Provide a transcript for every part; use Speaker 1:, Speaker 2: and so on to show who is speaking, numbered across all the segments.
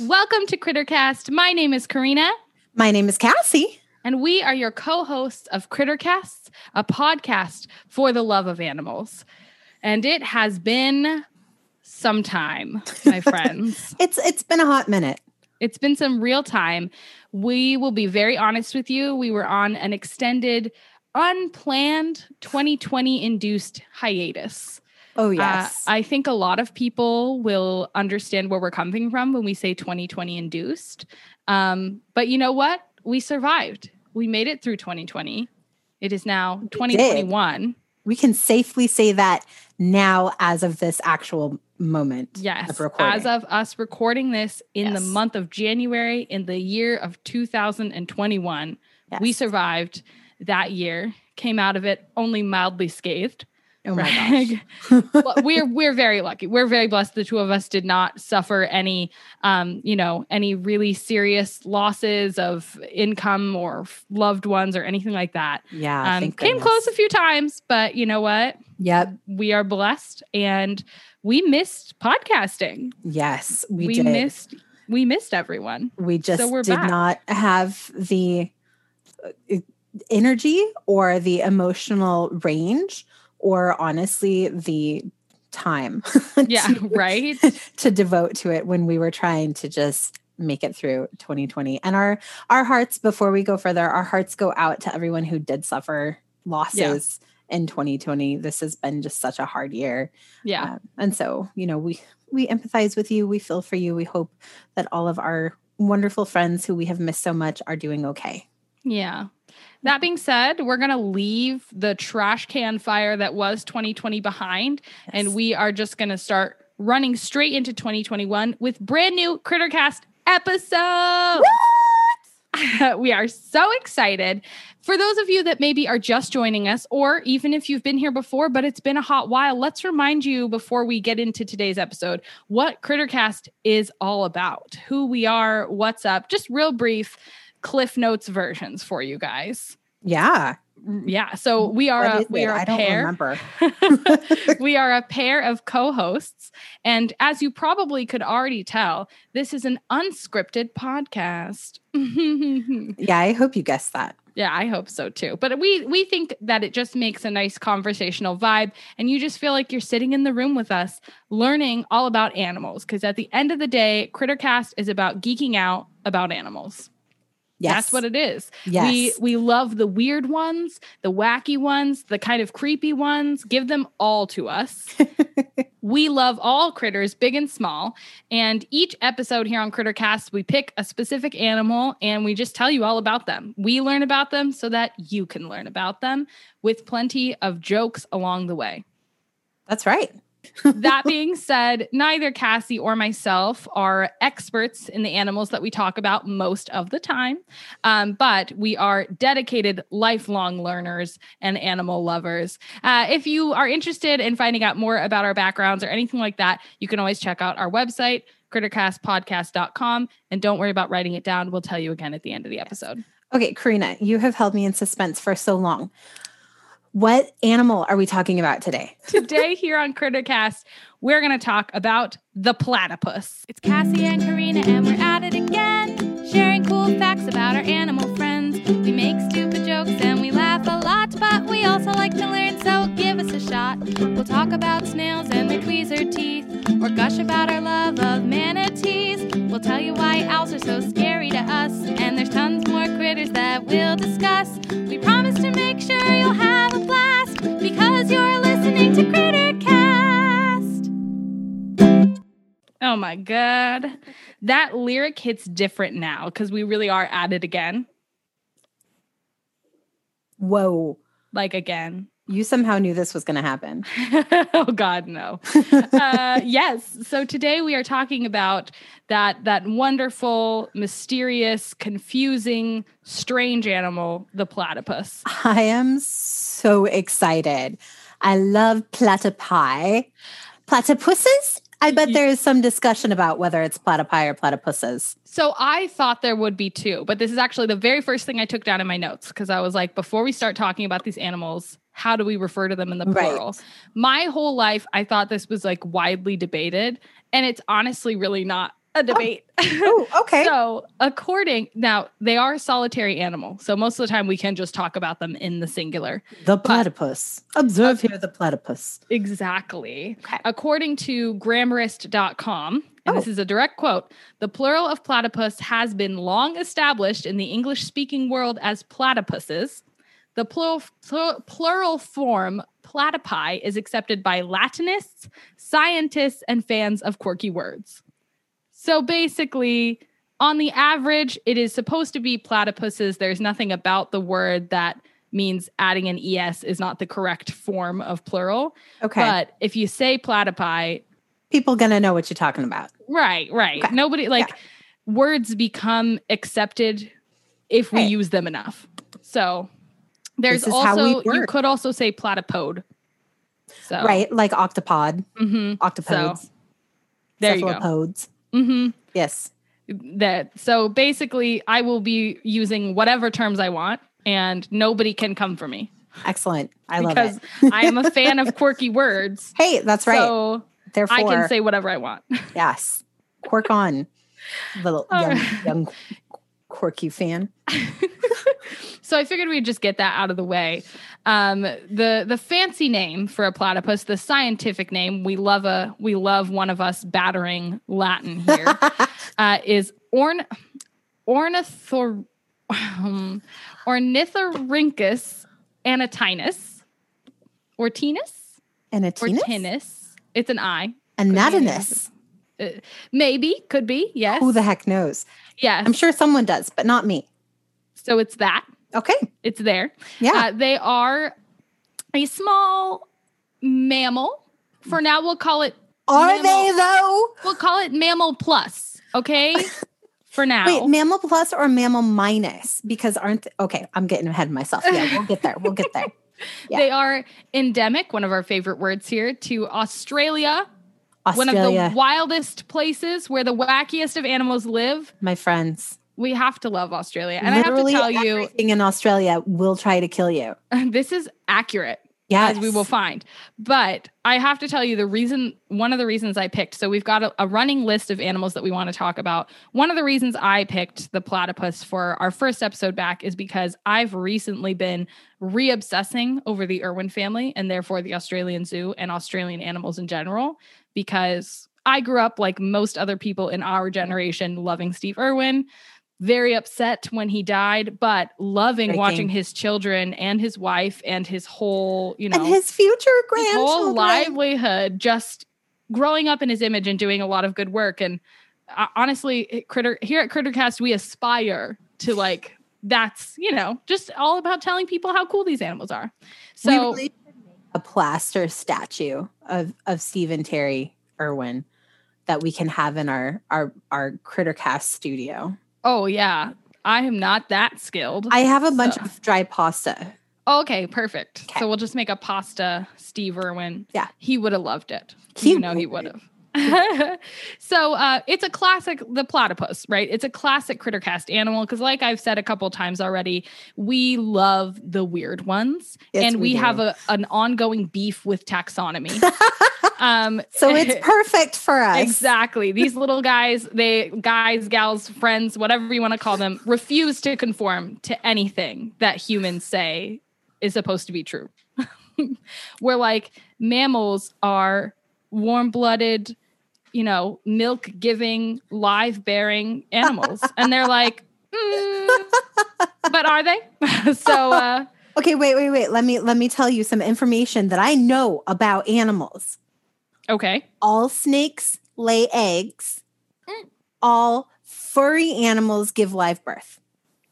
Speaker 1: Welcome to Crittercast. My name is Karina,
Speaker 2: My name is Cassie.
Speaker 1: and we are your co hosts of Crittercast, a podcast for the love of animals. And it has been some time, my friends.
Speaker 2: It's it's been a hot minute.
Speaker 1: It's been some real time. We will be very honest with you. We were on an extended, unplanned 2020 induced hiatus.
Speaker 2: Oh
Speaker 1: Uh, I think a lot of people will understand where we're coming from when we say 2020 induced. Um, but you know what? We survived. We made it through 2020. It is now 2021.
Speaker 2: we can safely say that now as of this actual moment.
Speaker 1: Yes.
Speaker 2: Of recording.
Speaker 1: As of us recording this in the
Speaker 2: Yes.
Speaker 1: month of January in the year of 2021, we
Speaker 2: Yes.
Speaker 1: survived that year, came out of it only mildly scathed.
Speaker 2: Oh my
Speaker 1: Right.
Speaker 2: gosh.
Speaker 1: Well, we're we're very lucky. We're very blessed. The two of us did not suffer any, um, you know, any really serious losses of income or f- loved ones or anything like that.
Speaker 2: Yeah.
Speaker 1: Um,
Speaker 2: Ah, thank
Speaker 1: came
Speaker 2: goodness.
Speaker 1: close a few times, but you know what?
Speaker 2: Yep.
Speaker 1: We are blessed, and we missed podcasting.
Speaker 2: Yes. We, did.
Speaker 1: missed. We missed everyone.
Speaker 2: we just
Speaker 1: we're
Speaker 2: did
Speaker 1: back.
Speaker 2: not have the uh, energy or the emotional range or honestly the time
Speaker 1: Yeah.
Speaker 2: to-
Speaker 1: right.
Speaker 2: to devote to it when we were trying to just make it through 2020 and our our hearts before we go further our hearts go out to everyone who did suffer losses in 2020 this has been just such a hard year
Speaker 1: Yeah.
Speaker 2: um, and so you know we we empathize with you we feel for you we hope that all of our wonderful friends who we have missed so much are doing okay
Speaker 1: Yeah. That being said, we're going to leave the trash can fire that was 2020 behind, and
Speaker 2: Yes.
Speaker 1: we are just going to start running straight into 2021 with brand new Crittercast episode. we are so excited. For those of you that maybe are just joining us, or even if you've been here before, but it's been a hot while, let's remind you before we get into today's episode what Crittercast is all about, who we are, what's up, just real brief Cliff Notes versions for you guys.
Speaker 2: yeah
Speaker 1: Yeah, so we are
Speaker 2: What
Speaker 1: a,
Speaker 2: is
Speaker 1: we
Speaker 2: it?
Speaker 1: are
Speaker 2: Mm-hmm. i
Speaker 1: a
Speaker 2: don't
Speaker 1: pair
Speaker 2: remember
Speaker 1: we are a pair of co hosts. And as you probably could already tell, this is an unscripted podcast.
Speaker 2: yeah i hope you guessed that
Speaker 1: yeah, I hope so too. But we, we think that it just makes a nice conversational vibe. And you just feel like you're sitting in the room with us learning all about animals. Because at the end of the day, Crittercast is about geeking out about animals.
Speaker 2: yes
Speaker 1: That's what it is.
Speaker 2: yes
Speaker 1: We we love the weird ones, the wacky ones, the kind of creepy ones. Give them all to us. we love all critters, big and small. And each episode here on Crittercast, we pick a specific animal and we just tell you all about them. We learn about them so that you can learn about them with plenty of jokes along the way
Speaker 2: that's right
Speaker 1: that being said, neither Cassie or myself are experts in the animals that we talk about most of the time, um, but we are dedicated lifelong learners and animal lovers. Uh, if you are interested in finding out more about our backgrounds or anything like that, you can always check out our website, crittercastpodcast.com. And don't worry about writing it down. We'll tell you again at the end of the episode.
Speaker 2: Okay, Karina, you have held me in suspense for so long. What animal are we talking about today?
Speaker 1: Today, here on Crittercast, we're going to talk about the platypus. It's Cassie and Karina, and we're at it again, sharing cool facts about our animal friends. We make stupid jokes and we laugh a lot, but we also like to learn, so give us a shot. We'll talk about snails and their tweezer teeth, or gush about our love of manatees. We'll tell you why owls are so scary to us, and there's tons more critters that we'll discuss. We promise to make sure you'll have a blast because you're listening to Crittercast. Oh my god. That lyric hits different now because we really are at it again.
Speaker 2: Whoa,
Speaker 1: Like again.
Speaker 2: you somehow knew this was going to happen.
Speaker 1: oh god, no. uh, yes. So today we are talking about that that wonderful, mysterious, confusing, strange animal, the platypus.
Speaker 2: I am so excited. I love platypi. Platypuses? I bet there is some discussion about whether it's platypi or platypuses.
Speaker 1: So I thought there would be two, but this is actually the very first thing I took down in my notes because I was like, before we start talking about these animals, how do we refer to them in the
Speaker 2: Right.
Speaker 1: plural? My whole life, I thought this was like widely debated, and it's honestly really not a debate.
Speaker 2: Oh, okay.
Speaker 1: so, according now, they are solitary animals. So most of the time, we can just talk about them in the singular.
Speaker 2: the platypus. Observe here the platypus.
Speaker 1: Exactly.
Speaker 2: Okay.
Speaker 1: According to grammarist.com, and this
Speaker 2: Oh.
Speaker 1: is a direct quote the plural of platypus has been long established in the English speaking world as platypuses. The plural, plur- plural form platypi is accepted by Latinists, scientists, and fans of quirky words. So basically, on the average, it is supposed to be platypuses. There's nothing about the word that means adding an ES is not the correct form of plural.
Speaker 2: Okay.
Speaker 1: But if you say platypi,
Speaker 2: People gonna know what you're talking about.
Speaker 1: right, right.
Speaker 2: Okay.
Speaker 1: Nobody like words become accepted if we
Speaker 2: Right.
Speaker 1: use them enough. So there's
Speaker 2: This is how we
Speaker 1: also you
Speaker 2: work.
Speaker 1: could also say platypode. So
Speaker 2: Right? Like octopod,
Speaker 1: mhm,
Speaker 2: octopodes,
Speaker 1: there you go.
Speaker 2: cephalopods.
Speaker 1: Mhm.
Speaker 2: Yes.
Speaker 1: that so basically i will be using whatever terms i want and nobody can come for me
Speaker 2: Excellent. I love
Speaker 1: because
Speaker 2: it.
Speaker 1: i am a fan of quirky words
Speaker 2: Hey, that's right.
Speaker 1: so
Speaker 2: Therefore,
Speaker 1: i can say whatever i want
Speaker 2: yes. Quirk on, little
Speaker 1: All
Speaker 2: young,
Speaker 1: right.
Speaker 2: young quirky fan.
Speaker 1: so i figured we'd just get that out of the way um, the the fancy name for a platypus the scientific name we love a we love one of us battering latin here uh, is orn ornithor um, ornithorhynchus anatinus ortinus
Speaker 2: And a tennis?
Speaker 1: ortinus it's an i
Speaker 2: Anatinus.
Speaker 1: maybe could be yes
Speaker 2: Who the heck knows?
Speaker 1: yes
Speaker 2: I'm sure someone does, but not me.
Speaker 1: so it's that
Speaker 2: Okay.
Speaker 1: it's there
Speaker 2: Yeah.
Speaker 1: uh, they are a small mammal for now we'll call it
Speaker 2: Are
Speaker 1: Uh, mammal-
Speaker 2: they though?
Speaker 1: we'll call it mammal plus okay for now
Speaker 2: Wait, mammal plus or mammal minus? Because aren't th- okay? I'm getting ahead of myself. Yeah, we'll get there. We'll get there. Yeah.
Speaker 1: They are endemic, one of our favorite words here, to Australia, one of
Speaker 2: Australia,
Speaker 1: the wildest places where the wackiest of animals live.
Speaker 2: my friends.
Speaker 1: We have to love Australia. And
Speaker 2: Literally
Speaker 1: I have to tell
Speaker 2: everything in Australia will try to kill you.
Speaker 1: you, this is accurate,
Speaker 2: Yes,
Speaker 1: as we will find. But I have to tell you the reason, one of the reasons I picked. So we've got a, a running list of animals that we want to talk about. One of the reasons I picked the platypus for our first episode back is because I've recently been re obsessing over the Irwin family and therefore the Australian zoo and Australian animals in general because I grew up like most other people in our generation loving Steve Irwin. Very upset when he died, but loving
Speaker 2: Breaking.
Speaker 1: watching his children and his wife and his whole, you know,
Speaker 2: and his future
Speaker 1: his
Speaker 2: grandchildren.
Speaker 1: whole livelihood just growing up in his image and doing a lot of good work and uh, honestly it- critter here at crittercast we aspire to like that's you know just all about telling people how cool these animals are so
Speaker 2: we really should make a plaster statue of of Stephen Terry Irwin that we can have in our our our Crittercast studio.
Speaker 1: oh yeah i am not that skilled
Speaker 2: I have a bunch
Speaker 1: So-
Speaker 2: of dry pasta.
Speaker 1: okay perfect
Speaker 2: Okay.
Speaker 1: so we'll just make a pasta steve irwin
Speaker 2: Yeah.
Speaker 1: he would have loved it
Speaker 2: He
Speaker 1: you know he would
Speaker 2: would.
Speaker 1: have so uh, it's a classic the platypus right it's a classic crittercast animal because like i've said a couple times already we love the weird ones
Speaker 2: Yes,
Speaker 1: and we,
Speaker 2: we do.
Speaker 1: have a, an ongoing beef with taxonomy um,
Speaker 2: So it's perfect for us.
Speaker 1: Exactly. These little guys, they guys, gals, friends, whatever you want to call them, refuse to conform to anything that humans say is supposed to be true. We're like mammals are warm-blooded, you know, milk-giving, live-bearing animals, and they're like, "Mm, but are they? so uh,
Speaker 2: Okay, wait, wait, wait. Let me let me tell you some information that I know about animals.
Speaker 1: okay,
Speaker 2: All snakes lay eggs.
Speaker 1: Mm.
Speaker 2: All furry animals give live birth.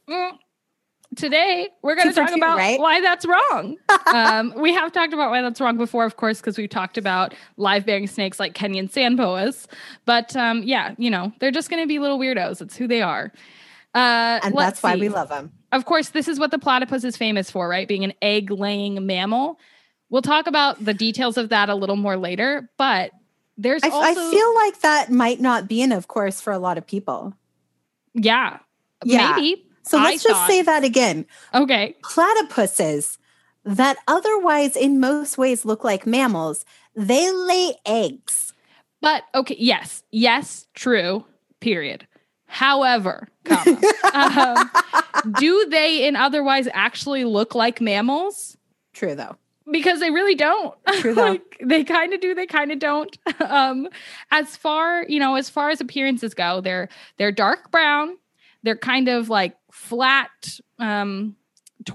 Speaker 1: Mm. Today, we're going to
Speaker 2: Two for
Speaker 1: talk
Speaker 2: two,
Speaker 1: about
Speaker 2: right?
Speaker 1: why that's wrong. um, we have talked about why that's wrong before, of course, because we've talked about live bearing snakes like Kenyan sand boas. But um, yeah, you know, they're just going to be little weirdos. It's who they are. Uh,
Speaker 2: And
Speaker 1: let's
Speaker 2: that's why
Speaker 1: see.
Speaker 2: we love them.
Speaker 1: Of course, this is what the platypus is famous for, right? Being an egg laying mammal. We'll talk about the details of that a little more later, but there's
Speaker 2: I, f- I
Speaker 1: also
Speaker 2: feel like that might not be an of course for a lot of people.
Speaker 1: yeah,
Speaker 2: Yeah.
Speaker 1: maybe
Speaker 2: So
Speaker 1: I
Speaker 2: let's just
Speaker 1: thought-
Speaker 2: say that again.
Speaker 1: okay.
Speaker 2: Platypuses that otherwise in most ways look like mammals, they lay eggs.
Speaker 1: But okay, yes, yes, true. period. However, comma, um, do they in otherwise actually look like mammals?
Speaker 2: True though.
Speaker 1: Because they really don't.
Speaker 2: True though.
Speaker 1: like they kind of do, they kind of don't. um, as far you know, as far as appearances go, they're they're dark brown. They're kind of like flat, um,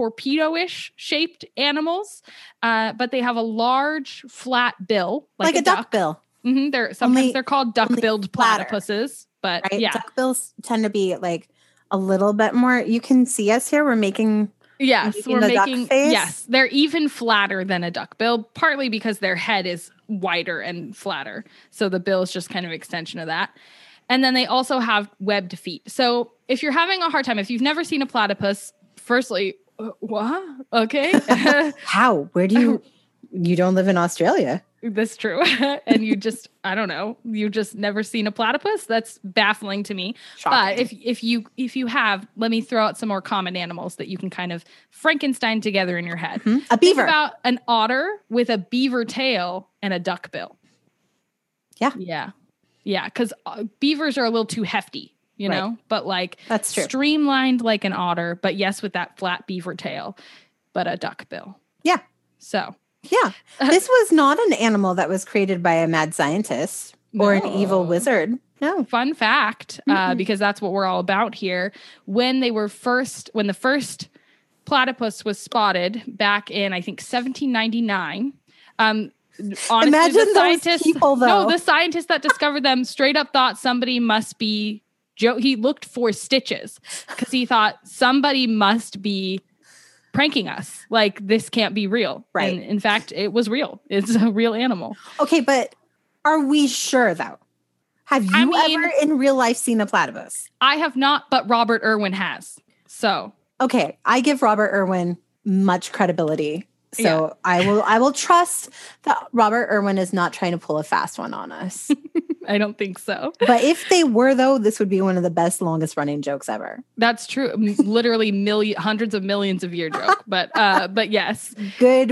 Speaker 1: torpedo-ish shaped animals, uh, but they have a large flat bill,
Speaker 2: like, a, duck bill,
Speaker 1: hmm They're sometimes
Speaker 2: Only-
Speaker 1: they're called duck-billed
Speaker 2: flatter,
Speaker 1: platypuses, but
Speaker 2: right?
Speaker 1: yeah,
Speaker 2: Duck bills tend to be like a little bit more. You can see us here. We're making
Speaker 1: Yes,
Speaker 2: Making
Speaker 1: we're
Speaker 2: the duck
Speaker 1: making
Speaker 2: face?
Speaker 1: yes, they're even flatter than a duck bill, partly because their head is wider and flatter. So the bill is just kind of extension of that. And then they also have webbed feet. So if you're having a hard time, if you've never seen a platypus, firstly, uh, what? Okay.
Speaker 2: how? Where do you? you don't live in Australia.
Speaker 1: That's true. and you just, I don't know, you just never seen a platypus? That's baffling to me. But
Speaker 2: Shocking.
Speaker 1: if if you if you have, let me throw out some more common animals that you can kind of Frankenstein together in your head.
Speaker 2: Hmm? a
Speaker 1: Think
Speaker 2: beaver.
Speaker 1: about an otter with a beaver tail and a duck bill.
Speaker 2: Yeah.
Speaker 1: Yeah. Yeah. Because beavers are a little too hefty, you
Speaker 2: Right.
Speaker 1: know, but like
Speaker 2: That's true.
Speaker 1: streamlined like an otter, but yes, with that flat beaver tail, but a duck bill.
Speaker 2: Yeah.
Speaker 1: So,
Speaker 2: Yeah. This was not an animal that was created by a mad scientist or an evil
Speaker 1: No.
Speaker 2: wizard. No.
Speaker 1: fun fact, uh,
Speaker 2: Mhm.
Speaker 1: because that's what we're all about here. When they were first, when the first platypus was spotted back in, I think, 1799. Um, honestly,
Speaker 2: Imagine
Speaker 1: the
Speaker 2: those
Speaker 1: scientists,
Speaker 2: people,
Speaker 1: No,
Speaker 2: though.
Speaker 1: the scientist that discovered them straight up thought somebody must be Joe. He looked for stitches because he thought somebody must be pranking us. Like this can't be real.
Speaker 2: Right.
Speaker 1: And in fact, it was real. It's a real animal.
Speaker 2: Okay, but are we sure though? Have you
Speaker 1: I mean-
Speaker 2: ever in real life seen a platypus?
Speaker 1: I have not, but Robert Irwin has. So
Speaker 2: Okay, I give Robert Irwin much credibility. So I will I will trust that Robert Irwin is not trying to pull a fast one on us.
Speaker 1: I don't think so.
Speaker 2: but if they were though, this would be one of the best longest running jokes ever.
Speaker 1: That's true. M- Literally million, hundreds of millions of year joke, but uh, but yes,
Speaker 2: Good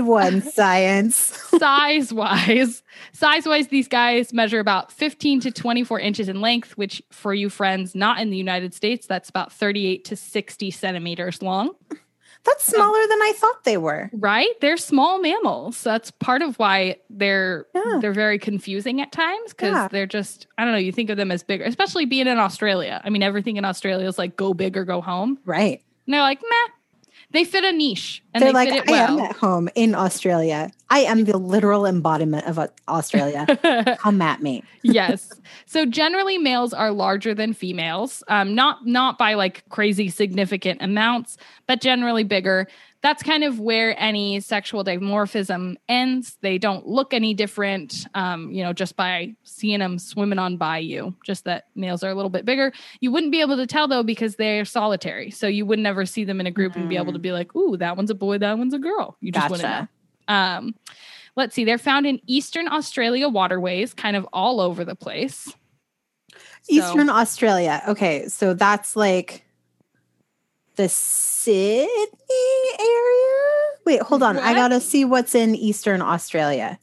Speaker 2: one, science.
Speaker 1: size wise, size wise, these guys measure about 15 to 24 inches in length, which for you friends not in the United States, that's about 38 to 60 centimeters long.
Speaker 2: That's smaller than I thought they were.
Speaker 1: Right? They're small mammals. So that's part of why they're
Speaker 2: Yeah.
Speaker 1: they're very confusing at times because
Speaker 2: Yeah.
Speaker 1: they're just I don't know. You think of them as bigger, especially being in Australia. I mean, everything in Australia is like go big or go home.
Speaker 2: Right.
Speaker 1: And they're like, meh. They fit a niche and
Speaker 2: They're
Speaker 1: they
Speaker 2: like,
Speaker 1: fit it
Speaker 2: I am
Speaker 1: well.
Speaker 2: at home in Australia. I am the literal embodiment of uh, Australia. Come at me.
Speaker 1: yes. So generally males are larger than females. Um, not not by like crazy significant amounts, but generally bigger. That's kind of where any sexual dimorphism ends. They don't look any different, um, you know, just by seeing them swimming on by you, just that males are a little bit bigger. You wouldn't be able to tell though because they're solitary. So you would never see them in a group and be able
Speaker 2: Mm.
Speaker 1: to be like, ooh, that one's a boy, that one's a girl. You just wouldn't know.
Speaker 2: Gotcha.
Speaker 1: Um, let's see, they're found in eastern Australia waterways, kind of all over the place.
Speaker 2: Eastern Australia. Okay. So that's like the Sydney area. Wait, hold on. I
Speaker 1: What?
Speaker 2: got to see what's in Eastern Australia.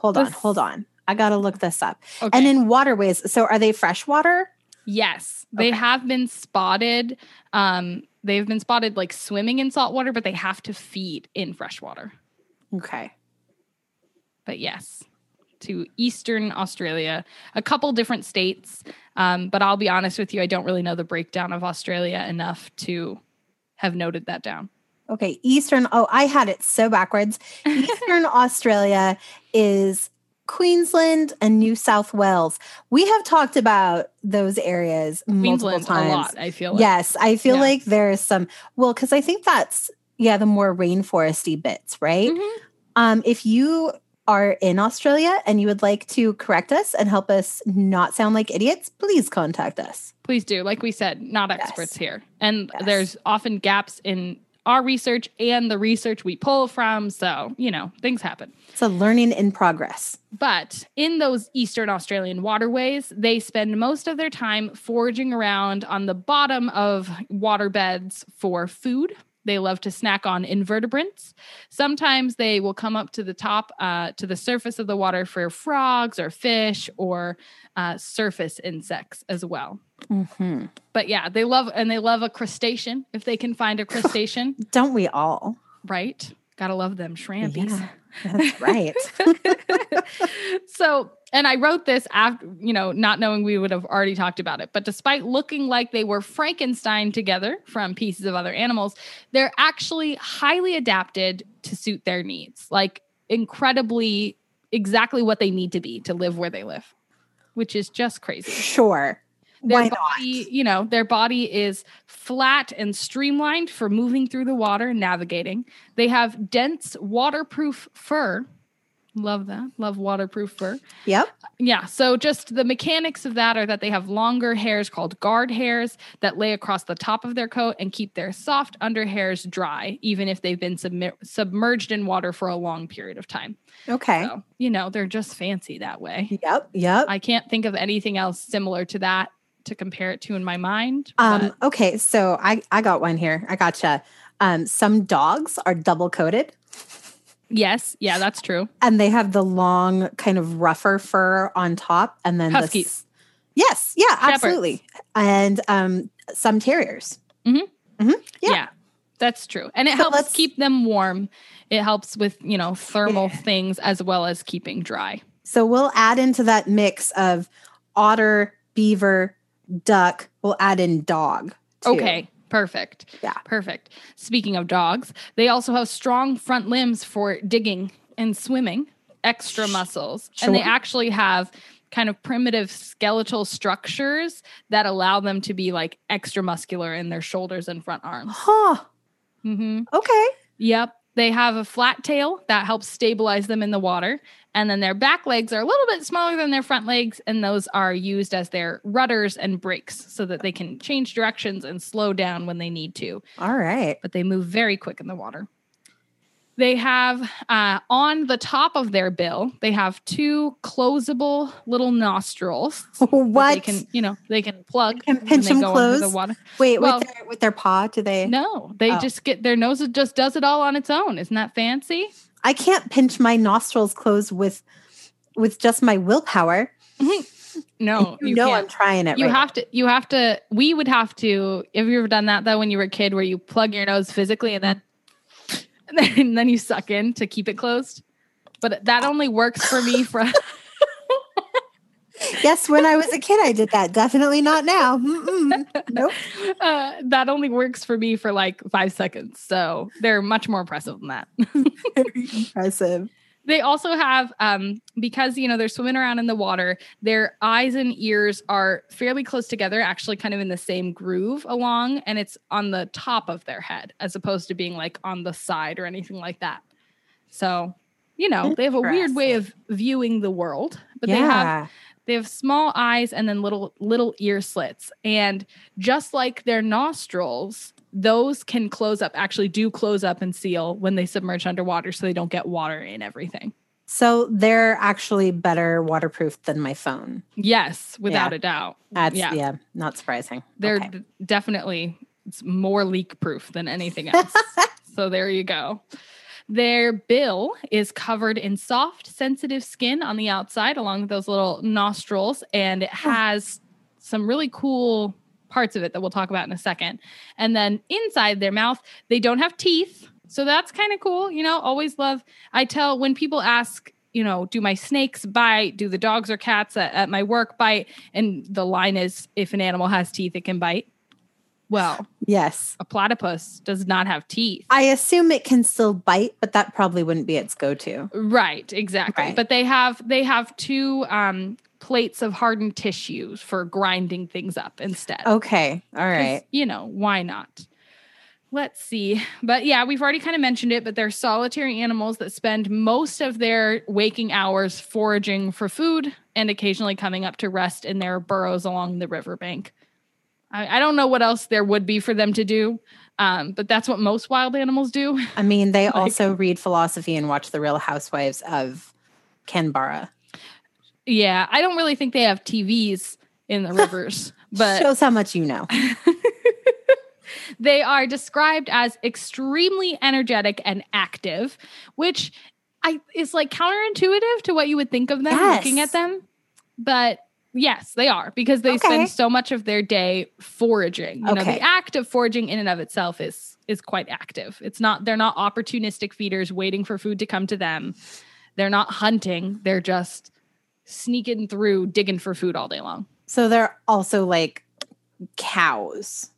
Speaker 2: Hold
Speaker 1: The
Speaker 2: on. Hold on. I got to look this up.
Speaker 1: So, okay.
Speaker 2: And in waterways. So are they freshwater?
Speaker 1: yes, they
Speaker 2: Okay.
Speaker 1: have been spotted. Um, they've been spotted like swimming in salt water, but they have to feed in freshwater.
Speaker 2: Okay.
Speaker 1: But yes, to eastern Australia, a couple different states. Um, but I'll be honest with you, I don't really know the breakdown of Australia enough to have noted that down.
Speaker 2: Okay, Eastern. Oh, I had it so backwards. Eastern Australia is Queensland and New South Wales. We have talked about those areas multiple
Speaker 1: Queensland a
Speaker 2: times.
Speaker 1: lot, I feel like.
Speaker 2: Yes, I feel
Speaker 1: Yeah.
Speaker 2: like there is some. Well, because I think that's yeah, the more rainforesty bits, right?
Speaker 1: Mhm.
Speaker 2: Um, if you are in Australia and you would like to correct us and help us not sound like idiots, please contact us.
Speaker 1: Please do. Like we said, not
Speaker 2: Yes.
Speaker 1: experts here. And
Speaker 2: Yes.
Speaker 1: there's often gaps in our research and the research we pull from. So, you know, things happen.
Speaker 2: It's a learning in progress.
Speaker 1: But in those Eastern Australian waterways, they spend most of their time foraging around on the bottom of waterbeds for food. They love to snack on invertebrates. Sometimes they will come up to the top, uh, to the surface of the water for frogs or fish or uh, surface insects as well.
Speaker 2: hmm
Speaker 1: But yeah, they love and they love a crustacean if they can find a crustacean,
Speaker 2: Don't we all?
Speaker 1: right? Gotta love them shrimpies.
Speaker 2: Yeah, that's right.
Speaker 1: so and i wrote this after you know not knowing we would have already talked about it but despite looking like they were frankenstein together from pieces of other animals they're actually highly adapted to suit their needs like incredibly exactly what they need to be to live where they live which is just crazy
Speaker 2: sure.
Speaker 1: their
Speaker 2: Why
Speaker 1: body, you know, their body is flat and streamlined for moving through the water and navigating. They have dense waterproof fur. Love that. Love waterproof fur.
Speaker 2: Yep.
Speaker 1: Yeah. So just the mechanics of that are that they have longer hairs called guard hairs that lay across the top of their coat and keep their soft under hairs dry, even if they've been submer- submerged in water for a long period of time.
Speaker 2: Okay.
Speaker 1: So, you know, they're just fancy that way.
Speaker 2: Yep. Yep.
Speaker 1: I can't think of anything else similar to that to compare it to in my mind.
Speaker 2: Um,
Speaker 1: but-
Speaker 2: okay, so I, I got one here. I gotcha. Um, some dogs are double coated
Speaker 1: yes, yeah, that's true.
Speaker 2: and they have the long, kind of rougher fur on top, and then the s-
Speaker 1: Huskies.
Speaker 2: yes, yeah,
Speaker 1: Shepherds.
Speaker 2: absolutely. And um, some terriers. Yeah.
Speaker 1: that's true. And it
Speaker 2: So
Speaker 1: helps
Speaker 2: let's-
Speaker 1: keep them warm. It helps with, you know, thermal
Speaker 2: Yeah.
Speaker 1: things as well as keeping dry.
Speaker 2: So we'll add into that mix of otter, beaver, duck. We'll add in dog. too.
Speaker 1: Okay, perfect.
Speaker 2: Yeah.
Speaker 1: Perfect. Speaking of dogs, they also have strong front limbs for digging and swimming, extra muscles, and they
Speaker 2: sure.
Speaker 1: actually have kind of primitive skeletal structures that allow them to be like extra muscular in their shoulders and front arms.
Speaker 2: Huh.
Speaker 1: hmm
Speaker 2: Okay.
Speaker 1: Yep. They have a flat tail that helps stabilize them in the water. And then their back legs are a little bit smaller than their front legs. And those are used as their rudders and brakes so that they can change directions and slow down when they need to.
Speaker 2: All right.
Speaker 1: But they move very quick in the water. They have uh, on the top of their bill, they have two closable little nostrils. that They
Speaker 2: What?
Speaker 1: can, you know, they can plug
Speaker 2: can pinch
Speaker 1: when
Speaker 2: and
Speaker 1: they go under the
Speaker 2: close?
Speaker 1: water.
Speaker 2: Wait,
Speaker 1: well-
Speaker 2: with their with their paw? Do they?
Speaker 1: No, they
Speaker 2: Oh.
Speaker 1: just get their nose it just does it all on its own. Isn't that fancy?
Speaker 2: I can't pinch my nostrils closed with with just my willpower.
Speaker 1: No,
Speaker 2: you, know
Speaker 1: can't.
Speaker 2: I'm trying it.
Speaker 1: you
Speaker 2: right
Speaker 1: have to you have to we would have to have you ever done that though when you were a kid where you plug your nose physically and then and then, and then you suck in to keep it closed but that only works for me from
Speaker 2: now. Yes, when I was a kid, I did that. Definitely not now. Mm-mm. Nope.
Speaker 1: uh, that only works for me for like five seconds so they're much more impressive than that
Speaker 2: Very impressive.
Speaker 1: they also have um because you know they're swimming around in the water their eyes and ears are fairly close together actually kind of in the same groove along and it's on the top of their head as opposed to being like on the side or anything like that so you know they have a weird way of viewing the world but they have they have small eyes and then little little ear slits. And just like their nostrils, those can close up, actually do close up and seal when they submerge underwater so they don't get water in everything.
Speaker 2: so they're actually better waterproof than my phone.
Speaker 1: Yes, without a doubt.
Speaker 2: That's
Speaker 1: Yeah.
Speaker 2: yeah, not surprising.
Speaker 1: They're
Speaker 2: Okay.
Speaker 1: d- definitely it's more leak proof than anything else. so there you go. Their bill is covered in soft, sensitive skin on the outside along with those little nostrils, and it has some really cool parts of it that we'll talk about in a second. And then inside their mouth, they don't have teeth. So that's kind of cool. You know, always love. I tell when people ask, you know, do my snakes bite? Do the dogs or cats at, at my work bite? And the line is if an animal has teeth, it can bite. Well,
Speaker 2: yes.
Speaker 1: a platypus does not have teeth.
Speaker 2: I assume it can still bite, but that probably wouldn't be its go-to.
Speaker 1: Right, exactly.
Speaker 2: Right.
Speaker 1: But they have they have two um plates of hardened tissue for grinding things up instead.
Speaker 2: Okay. All
Speaker 1: 'Cause,
Speaker 2: right.
Speaker 1: You know, why not? Let's see. But yeah, we've already kind of mentioned it, but they're solitary animals that spend most of their waking hours foraging for food and occasionally coming up to rest in their burrows along the riverbank. I, I don't know what else there would be for them to do, um, but that's what most wild animals do.
Speaker 2: I mean, they
Speaker 1: Like-
Speaker 2: also read philosophy and watch The Real Housewives of Canberra.
Speaker 1: Yeah, I don't really think they have TVs in the rivers, but
Speaker 2: shows how much you know.
Speaker 1: They are described as extremely energetic and active, which I is like counterintuitive to what you would think of them
Speaker 2: Yes.
Speaker 1: looking at them. But yes, they are because they
Speaker 2: Okay.
Speaker 1: spend so much of their day foraging. You know,
Speaker 2: Okay.
Speaker 1: the act of foraging in and of itself is is quite active. It's not they're not opportunistic feeders waiting for food to come to them. They're not hunting. They're just sneaking through digging for food all day long.
Speaker 2: So they're also like cows,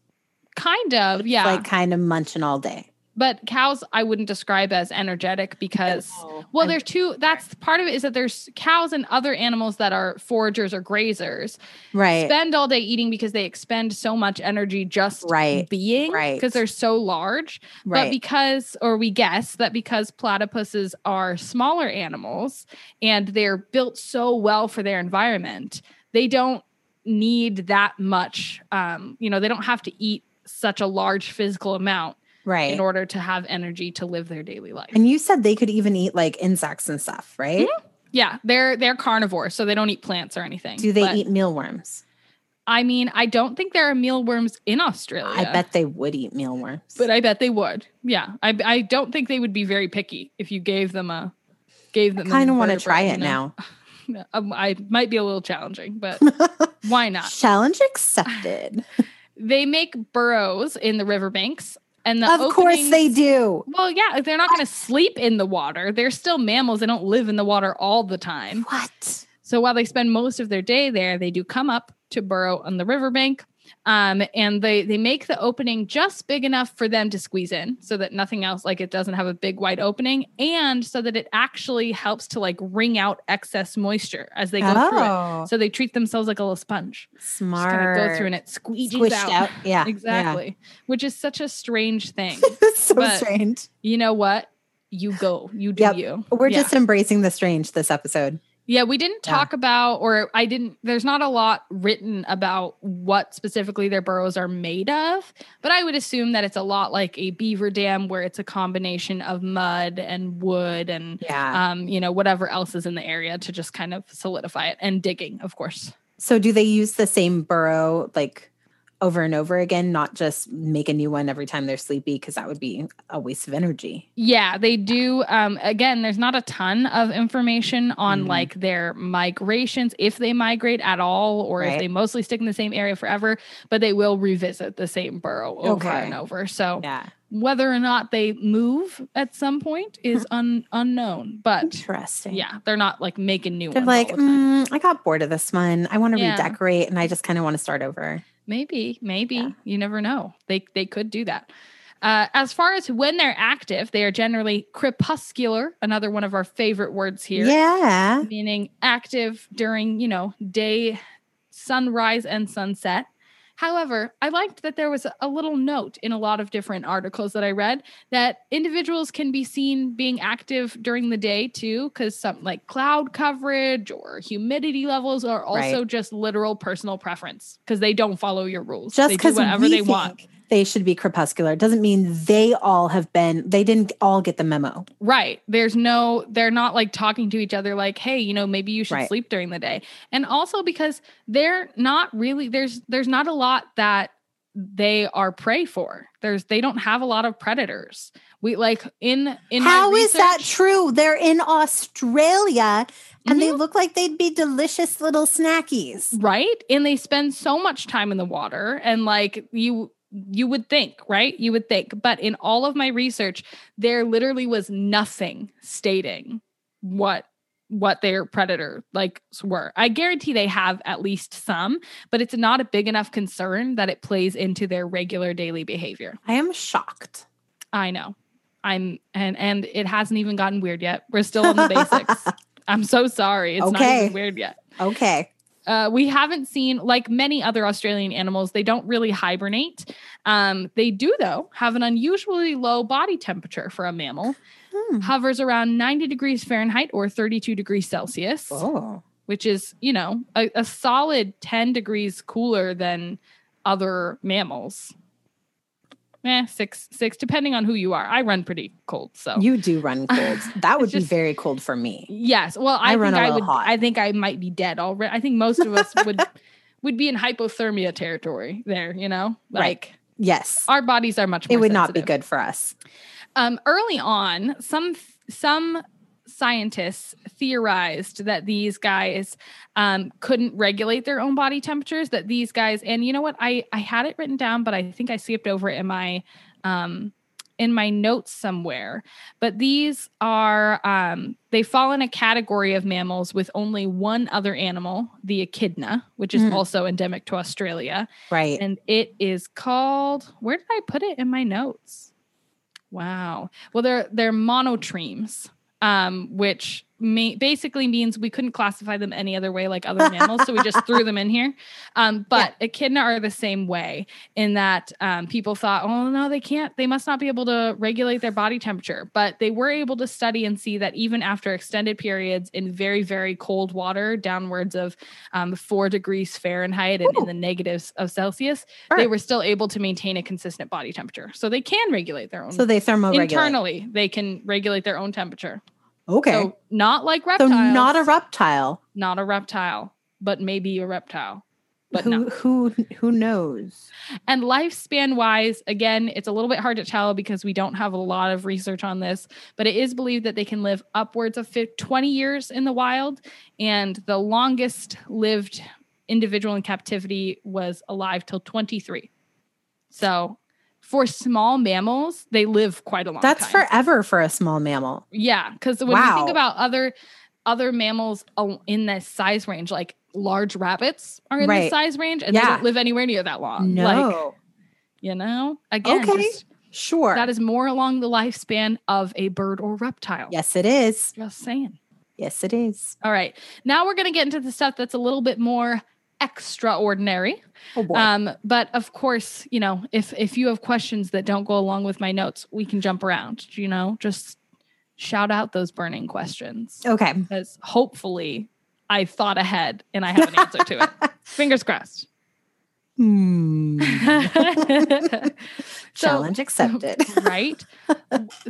Speaker 1: Kind of, yeah.
Speaker 2: like kind of munching all day.
Speaker 1: but cows I wouldn't describe as energetic because
Speaker 2: Oh.
Speaker 1: well, there's two that's part of it is that there's cows and other animals that are foragers or grazers
Speaker 2: right.
Speaker 1: spend all day eating because they expend so much energy just
Speaker 2: Right,
Speaker 1: being
Speaker 2: right.
Speaker 1: because they're so large. Mm, But
Speaker 2: right.
Speaker 1: because or we guess that because platypuses are smaller animals and they're built so well for their environment, they don't need that much um, you know, they don't have to eat such a large physical amount
Speaker 2: right.
Speaker 1: in order to have energy to live their daily life.
Speaker 2: and you said they could even eat like insects and stuff, right?
Speaker 1: yeah, they're they're carnivores, so they don't eat plants or anything.
Speaker 2: Do they
Speaker 1: But,
Speaker 2: eat mealworms?
Speaker 1: I mean, I don't think there are mealworms in Australia.
Speaker 2: I bet they would eat mealworms.
Speaker 1: Oh, but I bet they would. Yeah, I I don't think they would be very picky if you gave them a gave them.
Speaker 2: I kind of want to
Speaker 1: invertebrate,
Speaker 2: try
Speaker 1: you
Speaker 2: it
Speaker 1: know?
Speaker 2: now.
Speaker 1: Um, I might be a little challenging, but why not?
Speaker 2: Challenge accepted.
Speaker 1: They make burrows in the riverbanks, and the
Speaker 2: of course
Speaker 1: openings-
Speaker 2: they do.
Speaker 1: Well, yeah, they're not going to sleep in the water. They're still mammals. They don't live in the water all the time.
Speaker 2: What?
Speaker 1: So while they spend most of their day there, they do come up to burrow on the riverbank. Um, and they they make the opening just big enough for them to squeeze in so that nothing else like it doesn't have a big wide opening and so that it actually helps to like wring out excess moisture as they go through
Speaker 2: oh,
Speaker 1: it. So they treat themselves like a little sponge. Just
Speaker 2: smart.
Speaker 1: kind of go through and it squeegees
Speaker 2: Squished
Speaker 1: out.
Speaker 2: out. Yeah.
Speaker 1: Exactly. Which is such a strange thing.
Speaker 2: Yeah. so
Speaker 1: But-
Speaker 2: strange.
Speaker 1: you know what? You go. You do
Speaker 2: Yep.
Speaker 1: you.
Speaker 2: We're
Speaker 1: Yeah.
Speaker 2: just embracing the strange this episode.
Speaker 1: Yeah, we didn't
Speaker 2: Yeah.
Speaker 1: talk about, or I didn't, there's not a lot written about what specifically their burrows are made of, but I would assume that it's a lot like a beaver dam where it's a combination of mud and wood and,
Speaker 2: Yeah.
Speaker 1: um, you know, whatever else is in the area to just kind of solidify it and digging, of course.
Speaker 2: So do they use the same burrow like over and over again, not just make a new one every time they're sleepy? Because that would be a waste of energy.
Speaker 1: Yeah, they do. Um, again, there's not a ton of information on
Speaker 2: Mhm.
Speaker 1: like their migrations, if they migrate at all, or if
Speaker 2: Right.
Speaker 1: they mostly stick in the same area forever, but they will revisit the same burrow over
Speaker 2: Okay.
Speaker 1: and over. So
Speaker 2: Yeah.
Speaker 1: whether or not they move at some point is un- unknown, but
Speaker 2: Interesting.
Speaker 1: yeah, they're not like making new
Speaker 2: They're
Speaker 1: ones.
Speaker 2: like,
Speaker 1: all the time.
Speaker 2: mm, I got bored of this one. I want to
Speaker 1: Yeah.
Speaker 2: redecorate and I just kind of want to start over.
Speaker 1: Maybe, maybe
Speaker 2: Yeah.
Speaker 1: you never know. They they could do that. Uh, as far as when they're active, they are generally crepuscular. Another one of our favorite words here,
Speaker 2: Yeah.
Speaker 1: meaning active during you know day, sunrise and sunset. However, I liked that there was a little note in a lot of different articles that I read that individuals can be seen being active during the day too, because some like cloud coverage or humidity levels are also just literal personal preference because they don't follow your rules.
Speaker 2: Just
Speaker 1: they do
Speaker 2: because
Speaker 1: whatever they want.
Speaker 2: They should be crepuscular. Doesn't mean they all have been, they didn't all get the memo.
Speaker 1: Right. There's no, they're not like talking to each other like, hey, you know, maybe you should
Speaker 2: Right.
Speaker 1: sleep during the day. And also because they're not really, there's, there's not a lot that they are prey for. There's, they don't have a lot of predators. We like in, in, my
Speaker 2: How is that
Speaker 1: research-
Speaker 2: true? They're in Australia and they
Speaker 1: Mhm.
Speaker 2: look like they'd be delicious little snackies.
Speaker 1: right? And they spend so much time in the water and like you, you would think, right? You would think. But in all of my research, there literally was nothing stating what what their predator like were. I guarantee they have at least some, but it's not a big enough concern that it plays into their regular daily behavior.
Speaker 2: I am shocked.
Speaker 1: I know. I'm and and it hasn't even gotten weird yet. We're still on the basics. I'm so sorry. It's not
Speaker 2: Okay.
Speaker 1: even weird yet.
Speaker 2: Okay.
Speaker 1: Uh, we haven't seen, like many other Australian animals, they don't really hibernate. Um, they do, though, have an unusually low body temperature for a mammal,
Speaker 2: Hmm.
Speaker 1: hovers around 90 degrees Fahrenheit or 32 degrees Celsius,
Speaker 2: Oh.
Speaker 1: which is, you know, a, a solid 10 degrees cooler than other mammals. Eh, six, six, depending on who you are. I run pretty cold, so.
Speaker 2: You do run cold. That would
Speaker 1: It's Oh. just-
Speaker 2: be very cold for me.
Speaker 1: Yes. Well, I,
Speaker 2: I
Speaker 1: think
Speaker 2: run a
Speaker 1: I
Speaker 2: little
Speaker 1: would.
Speaker 2: hot.
Speaker 1: I think I might be dead already. I think most of us would would be in hypothermia territory there. You know,
Speaker 2: Right.
Speaker 1: like
Speaker 2: Yes.
Speaker 1: Our bodies are much more
Speaker 2: It would not be
Speaker 1: sensitive.
Speaker 2: good for us.
Speaker 1: Um, early on, some some scientists theorized that these guys um, couldn't regulate their own body temperatures. That these guys, and you know what, I I had it written down, but I think I skipped over it in my um, in my notes somewhere. But these are um, they fall in a category of mammals with only one other animal, the echidna, which is
Speaker 2: Mm.
Speaker 1: also endemic to Australia
Speaker 2: Right.
Speaker 1: and it is called where did i put it in my notes wow well they're they're monotremes um which may, basically means we couldn't classify them any other way like other mammals so we just threw them in here um but echidna are the same way in that um, people thought oh no they can't they must not be able to regulate their body temperature but they were able to study and see that even after extended periods in very very cold water downwards of um, four degrees Fahrenheit and in the negatives of Celsius, they
Speaker 2: Sure.
Speaker 1: were still able to maintain a consistent body temperature. So they can regulate their own.
Speaker 2: so they thermoregulate.
Speaker 1: internally, they can regulate their own temperature.
Speaker 2: Okay.
Speaker 1: So not like
Speaker 2: So
Speaker 1: reptiles.
Speaker 2: not a reptile.
Speaker 1: not a reptile, but maybe a reptile. But
Speaker 2: who
Speaker 1: no.
Speaker 2: who who knows?
Speaker 1: And lifespan wise, again, it's a little bit hard to tell because we don't have a lot of research on this, but it is believed that they can live upwards of fif- 20 years in the wild. And the longest lived individual in captivity was alive till 23. So for small mammals, they live quite a long
Speaker 2: That's
Speaker 1: time.
Speaker 2: forever for a small mammal.
Speaker 1: Yeah, because when we think
Speaker 2: Wow.
Speaker 1: about other other mammals al- in this size range, like large rabbits are in this
Speaker 2: Right.
Speaker 1: size range, and they
Speaker 2: Yeah.
Speaker 1: don't live anywhere near that long.
Speaker 2: no.
Speaker 1: Uh, Like you know, again,
Speaker 2: Okay.
Speaker 1: just-
Speaker 2: sure.
Speaker 1: that is more along the lifespan of a bird or reptile.
Speaker 2: yes, it is.
Speaker 1: just saying.
Speaker 2: Yes, it is.
Speaker 1: All right, now we're gonna get into the stuff that's a little bit more extraordinary.
Speaker 2: Oh boy.
Speaker 1: Um, but of course, you know, if if you have questions that don't go along with my notes, we can jump around. You know, just shout out those burning questions
Speaker 2: okay.
Speaker 1: because hopefully I thought ahead and I have an answer to it. Fingers crossed.
Speaker 2: Hmm.
Speaker 1: so
Speaker 2: Challenge accepted.
Speaker 1: right?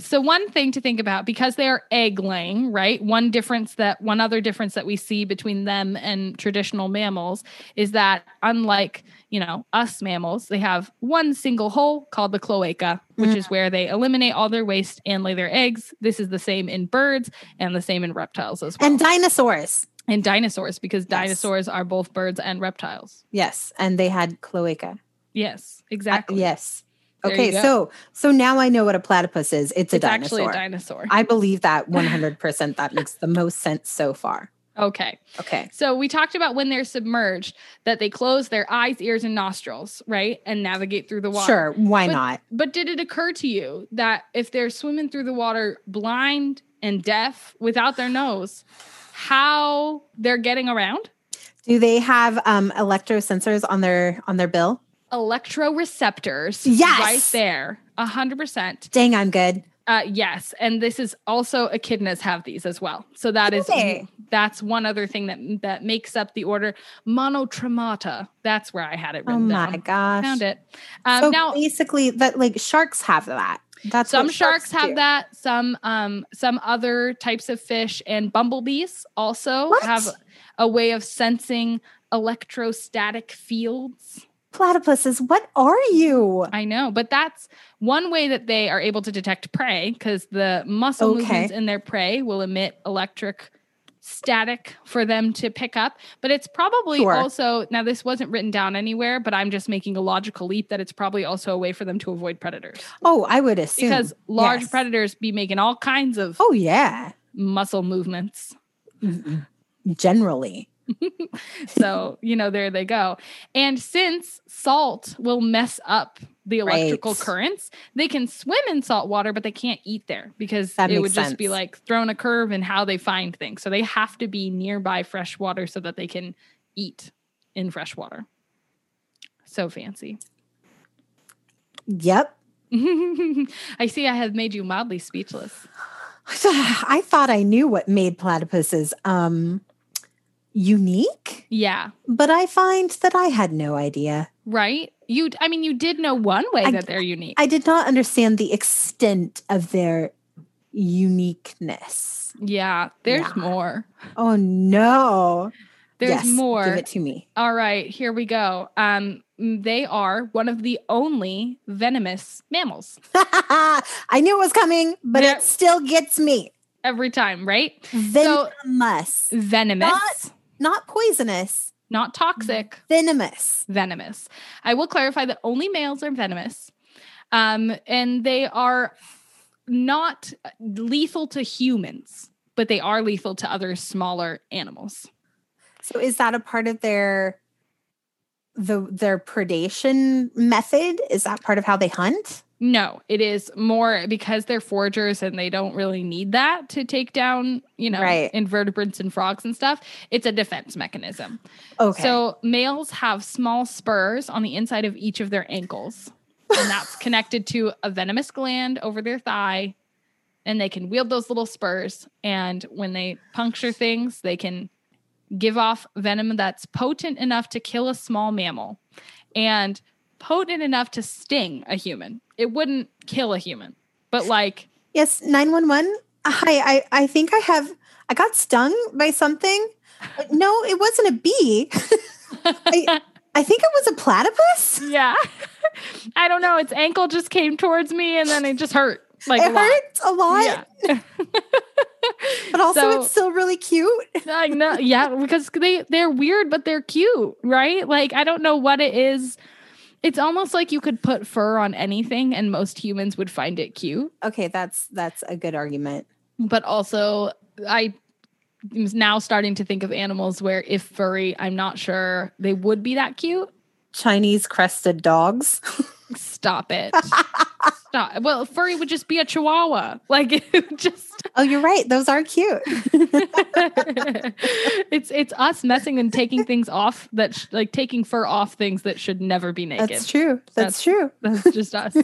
Speaker 1: so one thing to think about because they are egg laying, right? One difference that one other difference that we see between them and traditional mammals is that unlike, you know, us mammals, they have one single hole called the cloaca, which
Speaker 2: Mm-hmm.
Speaker 1: is where they eliminate all their waste and lay their eggs. This is the same in birds and the same in reptiles as well.
Speaker 2: and dinosaurs.
Speaker 1: and dinosaurs because
Speaker 2: Yes.
Speaker 1: dinosaurs are both birds and reptiles.
Speaker 2: Yes, and they had cloaca.
Speaker 1: Yes,
Speaker 2: I-
Speaker 1: exactly.
Speaker 2: yes.
Speaker 1: There you
Speaker 2: Okay,
Speaker 1: go.
Speaker 2: so so now I know what a platypus is. It's, a
Speaker 1: It's
Speaker 2: dinosaur.
Speaker 1: actually a dinosaur.
Speaker 2: I believe that 100%. that makes the most sense so far.
Speaker 1: okay.
Speaker 2: Okay.
Speaker 1: So we talked about when they're submerged that they close their eyes, ears, and nostrils, right? And navigate through the water.
Speaker 2: Sure, why
Speaker 1: But-
Speaker 2: not?
Speaker 1: But did it occur to you that if they're swimming through the water blind and deaf without their nose, how they're getting around?
Speaker 2: Do they have um electrosensors on their on their bill?
Speaker 1: Electroreceptors.
Speaker 2: Yes!
Speaker 1: Right there. A hundred percent.
Speaker 2: Dang, I'm good.
Speaker 1: Uh, yes, and this is also echidnas have these as well. So that is
Speaker 2: Okay.
Speaker 1: that's one other thing that that makes up the order monotremata. That's where I had it
Speaker 2: Oh
Speaker 1: written
Speaker 2: my
Speaker 1: down.
Speaker 2: gosh.
Speaker 1: Found it. Um,
Speaker 2: so
Speaker 1: now
Speaker 2: basically that like sharks have that. That's
Speaker 1: some
Speaker 2: what
Speaker 1: sharks have
Speaker 2: do.
Speaker 1: that. Some um some other types of fish and bumblebees also
Speaker 2: What?
Speaker 1: have a way of sensing electrostatic fields.
Speaker 2: Platypuses, what are you?
Speaker 1: I know, but that's one way that they are able to detect prey because the muscle
Speaker 2: Okay.
Speaker 1: movements in their prey will emit electric static for them to pick up. But it's probably
Speaker 2: Sure.
Speaker 1: also now this wasn't written down anywhere, but I'm just making a logical leap that it's probably also a way for them to avoid predators
Speaker 2: Oh, I would assume.
Speaker 1: because large
Speaker 2: Yes.
Speaker 1: predators be making all kinds of
Speaker 2: Oh yeah.
Speaker 1: muscle movements.
Speaker 2: Generally.
Speaker 1: So, you know, there they go. And since salt will mess up the
Speaker 2: Right.
Speaker 1: electrical currents, they can swim in salt water, but they can't eat there because
Speaker 2: That
Speaker 1: it
Speaker 2: makes
Speaker 1: would just be
Speaker 2: sense.
Speaker 1: like thrown a curve in how they find things. So they have to be nearby fresh water so that they can eat in fresh water. So fancy.
Speaker 2: Yep.
Speaker 1: I see I have made you mildly speechless.
Speaker 2: I thought I knew what made platypuses um unique,
Speaker 1: Yeah.
Speaker 2: but I find that I had no idea.
Speaker 1: Right? You I mean you did know one way
Speaker 2: I-
Speaker 1: that they're unique.
Speaker 2: I did not understand the extent of their uniqueness.
Speaker 1: yeah, there's
Speaker 2: Yeah.
Speaker 1: more.
Speaker 2: Oh no.
Speaker 1: There's
Speaker 2: yes,
Speaker 1: more.
Speaker 2: Give it to me.
Speaker 1: All right, here we go. Um, they are one of the only venomous mammals
Speaker 2: I knew it was coming, but
Speaker 1: There-
Speaker 2: it still gets me.
Speaker 1: every time, right?
Speaker 2: Venomous.
Speaker 1: Venomous,
Speaker 2: Not-
Speaker 1: not,
Speaker 2: Not poisonous,
Speaker 1: toxic,
Speaker 2: venomous.
Speaker 1: venomous. I will clarify that only males are venomous. Um, and they are not lethal to humans, but they are lethal to other smaller animals.
Speaker 2: So is that a part of their the their predation method? Is that part of how they hunt?
Speaker 1: No, it is more because they're foragers and they don't really need that to take down, you know,
Speaker 2: Right.
Speaker 1: invertebrates and frogs and stuff. It's a defense mechanism.
Speaker 2: Okay.
Speaker 1: So males have small spurs on the inside of each of their ankles, and that's connected to a venomous gland over their thigh. And they can wield those little spurs. And when they puncture things, they can give off venom that's potent enough to kill a small mammal and potent enough to sting a human. It wouldn't kill a human, but like,
Speaker 2: Yes, 911. Hi, I, I think I have, I got stung by something. Uh, No, it wasn't a bee. I- I think it was a platypus.
Speaker 1: yeah, I don't know. Its ankle just came towards me and then it just hurt. Like,
Speaker 2: it
Speaker 1: a lot.
Speaker 2: hurt a lot,
Speaker 1: Yeah.
Speaker 2: but also
Speaker 1: So-
Speaker 2: it's still really cute.
Speaker 1: I know, yeah, because they they're weird, but they're cute, right? Like I don't know what it is. It's almost like you could put fur on anything, and most humans would find it cute.
Speaker 2: Okay, that's that's a good argument.
Speaker 1: But also, I am now starting to think of animals where, if furry, I'm not sure they would be that cute.
Speaker 2: Chinese crested dogs.
Speaker 1: Stop it. Stop. Well, furry would just be a chihuahua. Like it would just
Speaker 2: Oh, you're right. Those are cute.
Speaker 1: it's it's us messing and taking things off that sh- like taking fur off things that should never be naked.
Speaker 2: That's true.
Speaker 1: That's-
Speaker 2: That's, true.
Speaker 1: That's just us.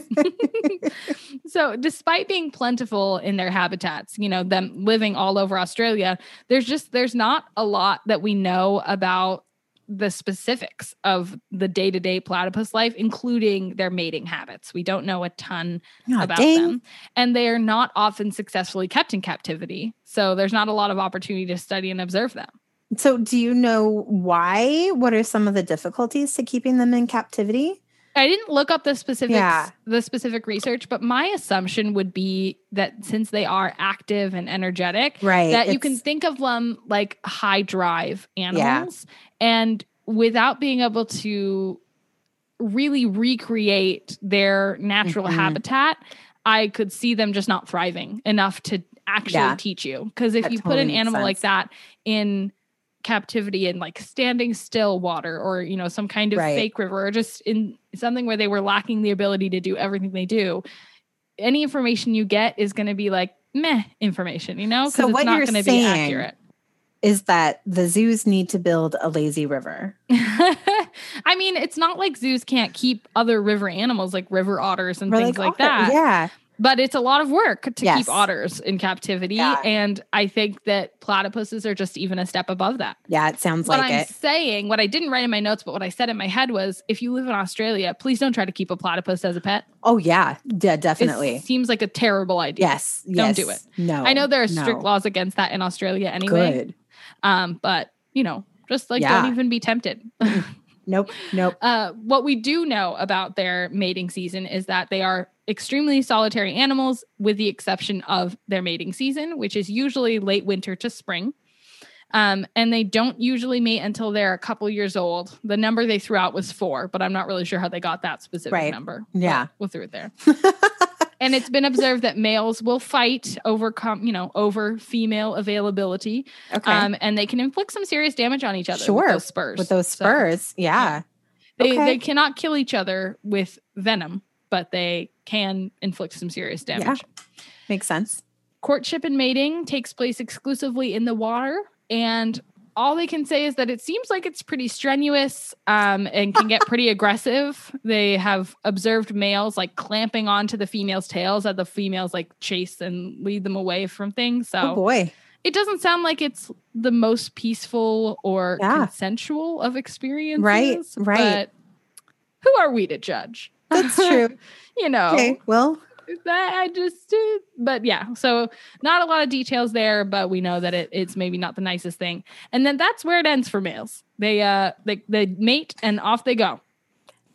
Speaker 1: so, despite being plentiful in their habitats, you know, them living all over Australia, there's just there's not a lot that we know about the specifics of the day-to-day platypus life including their mating habits. We don't know a ton
Speaker 2: Aw,
Speaker 1: about
Speaker 2: Ah, dang.
Speaker 1: them and they are not often successfully kept in captivity. So there's not a lot of opportunity to study and observe them.
Speaker 2: So, do you know why? What are some of the difficulties to keeping them in captivity?
Speaker 1: I didn't look up the specifics,
Speaker 2: Yeah.
Speaker 1: the specific research, but my assumption would be that since they are active and energetic,
Speaker 2: Right.
Speaker 1: that you can
Speaker 2: it's-
Speaker 1: think of them like high drive animals, and without being able to really recreate their natural
Speaker 2: Mhm.
Speaker 1: habitat, I could see them just not thriving enough to actually
Speaker 2: Yeah.
Speaker 1: teach you. Because if
Speaker 2: That
Speaker 1: you put
Speaker 2: totally
Speaker 1: an
Speaker 2: makes
Speaker 1: animal like
Speaker 2: sense.
Speaker 1: that in captivity in like standing still water or you know some kind of
Speaker 2: Right.
Speaker 1: fake river or just in something where they were lacking the ability to do everything they do any information you get is going to be like meh information you know because
Speaker 2: So
Speaker 1: it's
Speaker 2: what
Speaker 1: not
Speaker 2: you're
Speaker 1: going to be
Speaker 2: saying-
Speaker 1: accurate
Speaker 2: is that the zoos need to build a lazy river.
Speaker 1: i mean it's not like zoos can't keep other river animals like river otters and
Speaker 2: We're
Speaker 1: things like
Speaker 2: "Otter,
Speaker 1: that
Speaker 2: Yeah.
Speaker 1: but it's a lot of work to
Speaker 2: Yes.
Speaker 1: keep otters in captivity
Speaker 2: Yeah.
Speaker 1: and i think that platypuses are just even a step above that
Speaker 2: Yeah, it sounds
Speaker 1: what
Speaker 2: like
Speaker 1: I'm
Speaker 2: it.
Speaker 1: saying, what I didn't write in my notes, but what I said in my head was if you live in Australia, please don't try to keep a platypus as a pet.
Speaker 2: Oh yeah. Yeah,
Speaker 1: It
Speaker 2: definitely.
Speaker 1: seems like a terrible idea.
Speaker 2: Yes.
Speaker 1: Don't
Speaker 2: Yes.
Speaker 1: do it.
Speaker 2: No.
Speaker 1: I know there are strict
Speaker 2: no.
Speaker 1: laws against that in Australia anyway.
Speaker 2: Good.
Speaker 1: Um, but you know, just like
Speaker 2: Yeah.
Speaker 1: don't even be tempted.
Speaker 2: Nope. Nope.
Speaker 1: Uh, what we do know about their mating season is that they are extremely solitary animals, with the exception of their mating season, which is usually late winter to spring. Um, and they don't usually mate until they're a couple years old. The number they threw out was four, but I'm not really sure how they got that specific
Speaker 2: Right.
Speaker 1: number.
Speaker 2: Yeah.
Speaker 1: But we'll throw it there. and it's been observed that males will fight over, com- you know, over female availability,
Speaker 2: Okay.
Speaker 1: um, and they can inflict some serious damage on each other.
Speaker 2: Sure.
Speaker 1: with those spurs.
Speaker 2: With those
Speaker 1: So-
Speaker 2: spurs. yeah.
Speaker 1: they
Speaker 2: Okay.
Speaker 1: they cannot kill each other with venom, but they can inflict some serious damage.
Speaker 2: Makes sense.
Speaker 1: Courtship and mating takes place exclusively in the water and all they can say is that it seems like it's pretty strenuous um, and can get pretty aggressive. They have observed males like clamping onto the females' tails as the females like chase and lead them away from things. So
Speaker 2: Oh boy.
Speaker 1: it doesn't sound like it's the most peaceful or
Speaker 2: Yeah.
Speaker 1: consensual of experiences.
Speaker 2: right.
Speaker 1: But who are we to judge?
Speaker 2: That's true.
Speaker 1: You know,
Speaker 2: Okay. Well,
Speaker 1: that I just, uh, but yeah. So not a lot of details there, but we know that it, it's maybe not the nicest thing. And then that's where it ends for males. They uh they they mate and off they go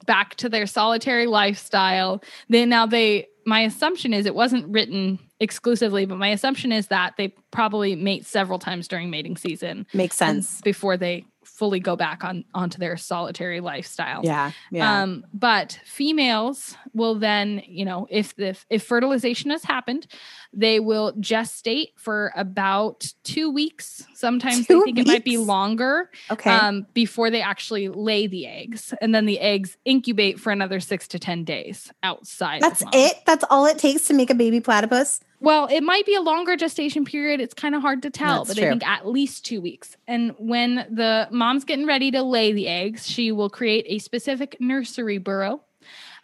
Speaker 1: back to their solitary lifestyle. Then now they my assumption is it wasn't written exclusively, but my assumption is that they probably mate several times during mating season
Speaker 2: Makes sense.
Speaker 1: before they fully go back on onto their solitary lifestyle.
Speaker 2: Yeah. Yeah.
Speaker 1: Um, but females will then, you know, if the if fertilization has happened, they will gestate for about two weeks. Sometimes
Speaker 2: Two
Speaker 1: they think it might be
Speaker 2: weeks?
Speaker 1: longer
Speaker 2: okay.
Speaker 1: um, before they actually lay the eggs, and then the eggs incubate for another six to ten days outside. of
Speaker 2: That's
Speaker 1: mom.
Speaker 2: it. That's all it takes to make a baby platypus.
Speaker 1: Well, it might be a longer gestation period. It's kind of hard to tell,
Speaker 2: That's
Speaker 1: but I
Speaker 2: true.
Speaker 1: think at least two weeks. And when the mom's getting ready to lay the eggs, she will create a specific nursery burrow.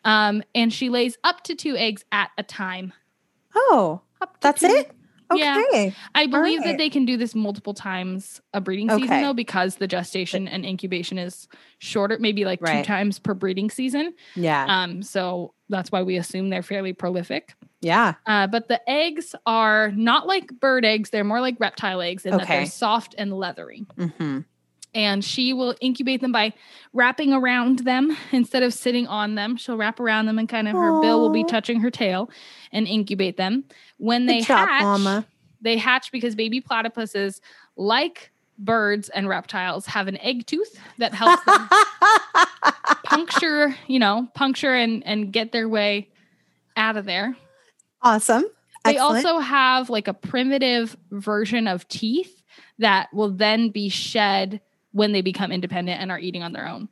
Speaker 1: Um, and she lays up to two eggs at a time.
Speaker 2: Oh,
Speaker 1: Up to
Speaker 2: that's
Speaker 1: two.
Speaker 2: it.
Speaker 1: Mm-hmm. Yeah.
Speaker 2: Okay.
Speaker 1: I believe that
Speaker 2: right.
Speaker 1: they can do this multiple times a breeding season,
Speaker 2: Okay.
Speaker 1: though, because the gestation and incubation is shorter, maybe like
Speaker 2: Right.
Speaker 1: two times per breeding season.
Speaker 2: Yeah.
Speaker 1: Um, so that's why we assume they're fairly prolific.
Speaker 2: Yeah.
Speaker 1: Uh, but the eggs are not like bird eggs, they're more like reptile eggs in that they're
Speaker 2: Okay.
Speaker 1: soft and leathery.
Speaker 2: hmm
Speaker 1: And she will incubate them by wrapping around them instead of sitting on them. She'll wrap around them and kind of her bill will be
Speaker 2: Aw.
Speaker 1: touching her tail and incubate them. When
Speaker 2: Good
Speaker 1: they
Speaker 2: job,
Speaker 1: hatch,
Speaker 2: Mama.
Speaker 1: they hatch because baby platypuses, like birds and reptiles, have an egg tooth that helps them puncture, you know, puncture and, and get their way out of there.
Speaker 2: awesome.
Speaker 1: They
Speaker 2: Excellent.
Speaker 1: also have like a primitive version of teeth that will then be shed when they become independent and are eating on their own.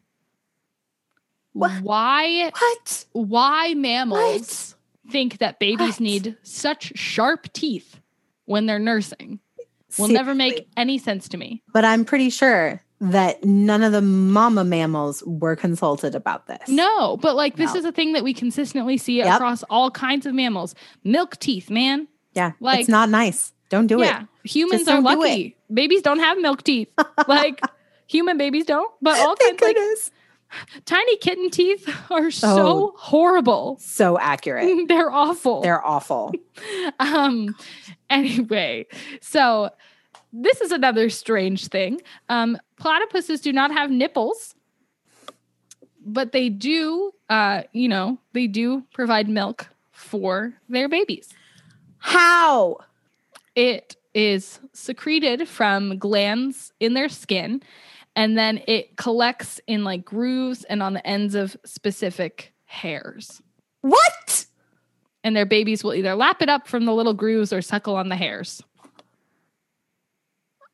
Speaker 2: What?
Speaker 1: Why
Speaker 2: what?
Speaker 1: why mammals think that babies
Speaker 2: What?
Speaker 1: need such sharp teeth when they're nursing will never make
Speaker 2: Seriously.
Speaker 1: any sense to me.
Speaker 2: But I'm pretty sure that none of the mama mammals were consulted about this.
Speaker 1: No, but like this
Speaker 2: No.
Speaker 1: is a thing that we consistently see
Speaker 2: Yep.
Speaker 1: across all kinds of mammals. Milk teeth, man.
Speaker 2: Yeah.
Speaker 1: Like-
Speaker 2: it's not nice. Don't do
Speaker 1: yeah.
Speaker 2: it.
Speaker 1: Humans
Speaker 2: Just
Speaker 1: are
Speaker 2: don't do
Speaker 1: lucky. Babies don't have milk teeth. like human babies don't, but all
Speaker 2: Thank
Speaker 1: kinds like
Speaker 2: goodness.
Speaker 1: tiny kitten teeth are so horrible.
Speaker 2: so accurate.
Speaker 1: They're awful.
Speaker 2: Oh. They're awful.
Speaker 1: um anyway, so this is another strange thing. Um platypuses do not have nipples, but they do uh you know, they do provide milk for their babies.
Speaker 2: How?
Speaker 1: It is secreted from glands in their skin and then it collects in like grooves and on the ends of specific hairs.
Speaker 2: What?
Speaker 1: And their babies will either lap it up from the little grooves or suckle on the hairs.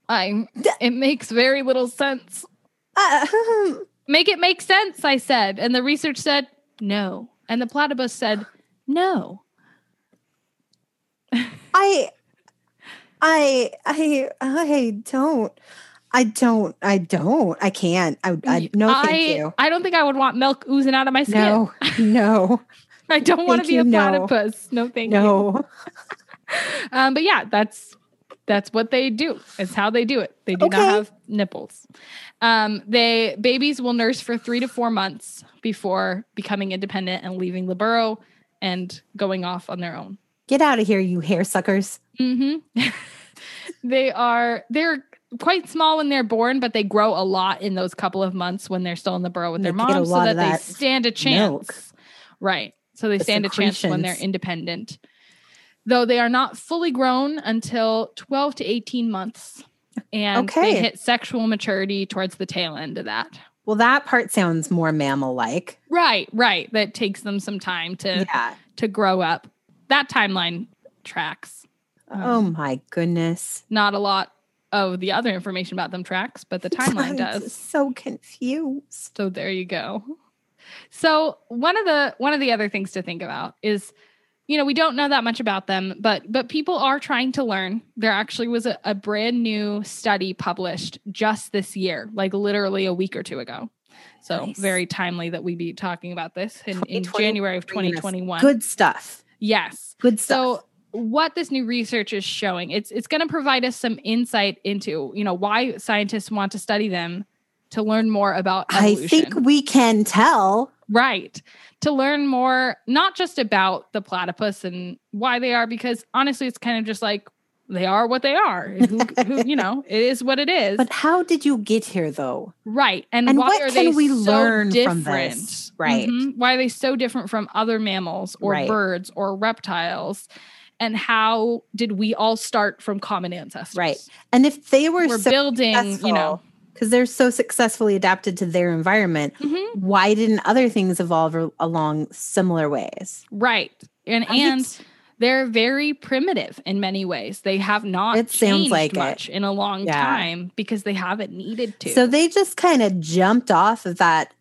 Speaker 1: I it makes very little sense.
Speaker 2: Uh,
Speaker 1: Make it make sense, I said. And the research said no. And the platypus said no.
Speaker 2: I, I, I, I don't. I don't. I don't. I can't. I, I no. Thank
Speaker 1: I,
Speaker 2: you.
Speaker 1: I don't think I would want milk oozing out of my skin.
Speaker 2: No. No.
Speaker 1: I don't want to
Speaker 2: Thank
Speaker 1: be
Speaker 2: you,
Speaker 1: a
Speaker 2: no.
Speaker 1: platypus. No, thank you.
Speaker 2: No.
Speaker 1: Um, but yeah, that's that's what they do. It's how they do it. They do
Speaker 2: Okay.
Speaker 1: not have nipples. Um, they babies will nurse for three to four months before becoming independent and leaving the burrow and going off on their own.
Speaker 2: Get out of here, you hair suckers.
Speaker 1: hmm they are they're quite small when they're born, but they grow a lot in those couple of months when they're still in the burrow with their
Speaker 2: They get a
Speaker 1: mom, so
Speaker 2: lot
Speaker 1: that,
Speaker 2: of
Speaker 1: they
Speaker 2: that
Speaker 1: stand a chance.
Speaker 2: milk.
Speaker 1: Right. So they
Speaker 2: The
Speaker 1: stand a chance when they're
Speaker 2: secretions.
Speaker 1: independent. Though they are not fully grown until 12 to 18 months. And they
Speaker 2: Okay.
Speaker 1: hit sexual maturity towards the tail end of that.
Speaker 2: Well, that part sounds more mammal-like.
Speaker 1: Right, right. That takes them some time to
Speaker 2: Yeah.
Speaker 1: to grow up. That timeline tracks. Um,
Speaker 2: Oh my goodness.
Speaker 1: Not a lot of the other information about them tracks, but the
Speaker 2: I'm
Speaker 1: timeline does.
Speaker 2: just so confused.
Speaker 1: So there you go. So one of the one of the other things to think about is, you know, we don't know that much about them, but but people are trying to learn. There actually was a, a brand new study published just this year, like literally a week or two ago. So
Speaker 2: Nice.
Speaker 1: very timely that we be talking about this in, in
Speaker 2: 2020
Speaker 1: January of
Speaker 2: bringing us
Speaker 1: 2021.
Speaker 2: Good stuff.
Speaker 1: Yes.
Speaker 2: Good stuff.
Speaker 1: So what this new research is showing, it's it's going to provide us some insight into, you know, why scientists want to study them to learn more about
Speaker 2: I
Speaker 1: evolution.
Speaker 2: think we can tell
Speaker 1: Right. To learn more, not just about the platypus and why they are, because honestly, it's kind of just like they are what they are. Who, who, you know, it is what it is.
Speaker 2: But how did you get here though?
Speaker 1: right. And,
Speaker 2: and
Speaker 1: why
Speaker 2: what
Speaker 1: are
Speaker 2: can
Speaker 1: they
Speaker 2: we
Speaker 1: so
Speaker 2: learn from
Speaker 1: different?
Speaker 2: this? Right.
Speaker 1: Mhm. Why are they so different from other mammals or
Speaker 2: Right.
Speaker 1: birds or reptiles? And how did we all start from common ancestors?
Speaker 2: Right. And if they were,
Speaker 1: We're,
Speaker 2: so
Speaker 1: building, you know.
Speaker 2: because they're so successfully adapted to their environment,
Speaker 1: Mhm.
Speaker 2: why didn't other things evolve al- along similar ways?
Speaker 1: Right. And
Speaker 2: Right?
Speaker 1: and they're very primitive in many ways. They have not
Speaker 2: It sounds
Speaker 1: changed
Speaker 2: like it.
Speaker 1: much in a long
Speaker 2: Yeah.
Speaker 1: time because they haven't needed to.
Speaker 2: So they just kind of jumped off of that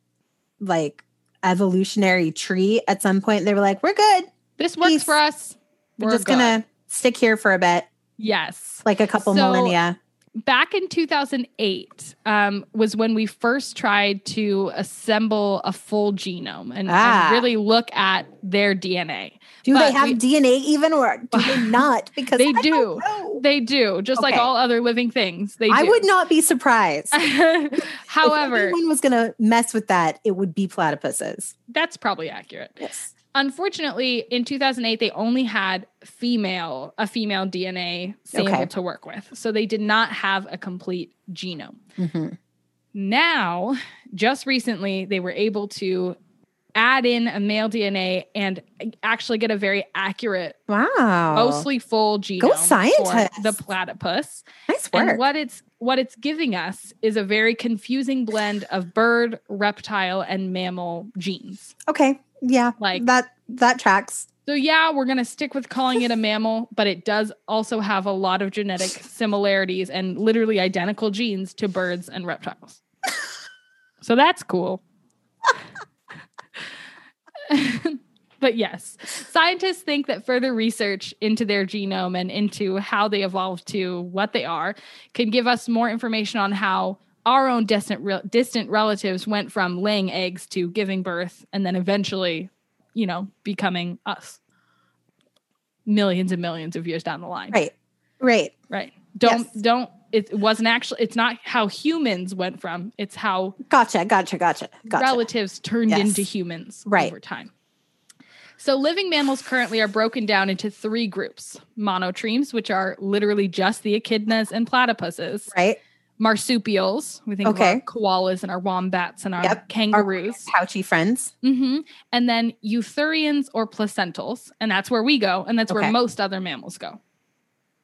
Speaker 2: like evolutionary tree at some point. They were like, we're good.
Speaker 1: this works
Speaker 2: Peace.
Speaker 1: for us.
Speaker 2: We're,
Speaker 1: We're
Speaker 2: just
Speaker 1: good.
Speaker 2: going to stick here for a bit,
Speaker 1: Yes.
Speaker 2: like a couple
Speaker 1: So-
Speaker 2: millennia.
Speaker 1: Back in 2008 um, was when we first tried to assemble a full genome and, and
Speaker 2: Ah.
Speaker 1: really look at their DNA.
Speaker 2: Do they
Speaker 1: but
Speaker 2: have
Speaker 1: we-
Speaker 2: DNA even or do they not? Because
Speaker 1: They
Speaker 2: I
Speaker 1: do.
Speaker 2: don't know.
Speaker 1: They do, just like
Speaker 2: Okay.
Speaker 1: all other living things. They
Speaker 2: I
Speaker 1: do.
Speaker 2: would not be surprised. if
Speaker 1: However,
Speaker 2: anyone was going to mess with that, it would be platypuses.
Speaker 1: that's probably accurate.
Speaker 2: Yes.
Speaker 1: unfortunately in 2008 they only had female a female dna sample
Speaker 2: Okay.
Speaker 1: to work with so they did not have a complete genome
Speaker 2: hmm
Speaker 1: now just recently they were able to add in a male dna and actually get a very accurate
Speaker 2: Wow.
Speaker 1: mostly full genome for
Speaker 2: Oh. scientists.
Speaker 1: the platypus
Speaker 2: nice
Speaker 1: and
Speaker 2: work.
Speaker 1: what it's what it's giving us is a very confusing blend of bird reptile and mammal genes
Speaker 2: okay. Yeah.
Speaker 1: like
Speaker 2: that that tracks.
Speaker 1: So yeah, we're gonna stick with calling it a mammal, but it does also have a lot of genetic similarities and literally identical genes to birds and reptiles. So that's cool. but yes, scientists think that further research into their genome and into how they evolved to what they are can give us more information on how our own distant re- distant relatives went from laying eggs to giving birth and then eventually, you know, becoming us. Millions and millions of years down the line.
Speaker 2: Right. Right.
Speaker 1: Right. Don't
Speaker 2: Yes.
Speaker 1: don't it wasn't actually it's not how humans went from, it's how
Speaker 2: Gotcha. Gotcha. Gotcha. Gotcha.
Speaker 1: relatives turned
Speaker 2: Yes.
Speaker 1: into humans
Speaker 2: Right.
Speaker 1: over time. So, living mammals currently are broken down into three groups monotremes, which are literally just the echidnas and platypuses,
Speaker 2: right.
Speaker 1: marsupials, we think
Speaker 2: Okay.
Speaker 1: of our koalas and our wombats and our
Speaker 2: Yep.
Speaker 1: kangaroos,
Speaker 2: Pouchy friends.
Speaker 1: hmm and then eutherians or placentals. And that's where we go, and that's
Speaker 2: Okay.
Speaker 1: where most other mammals go.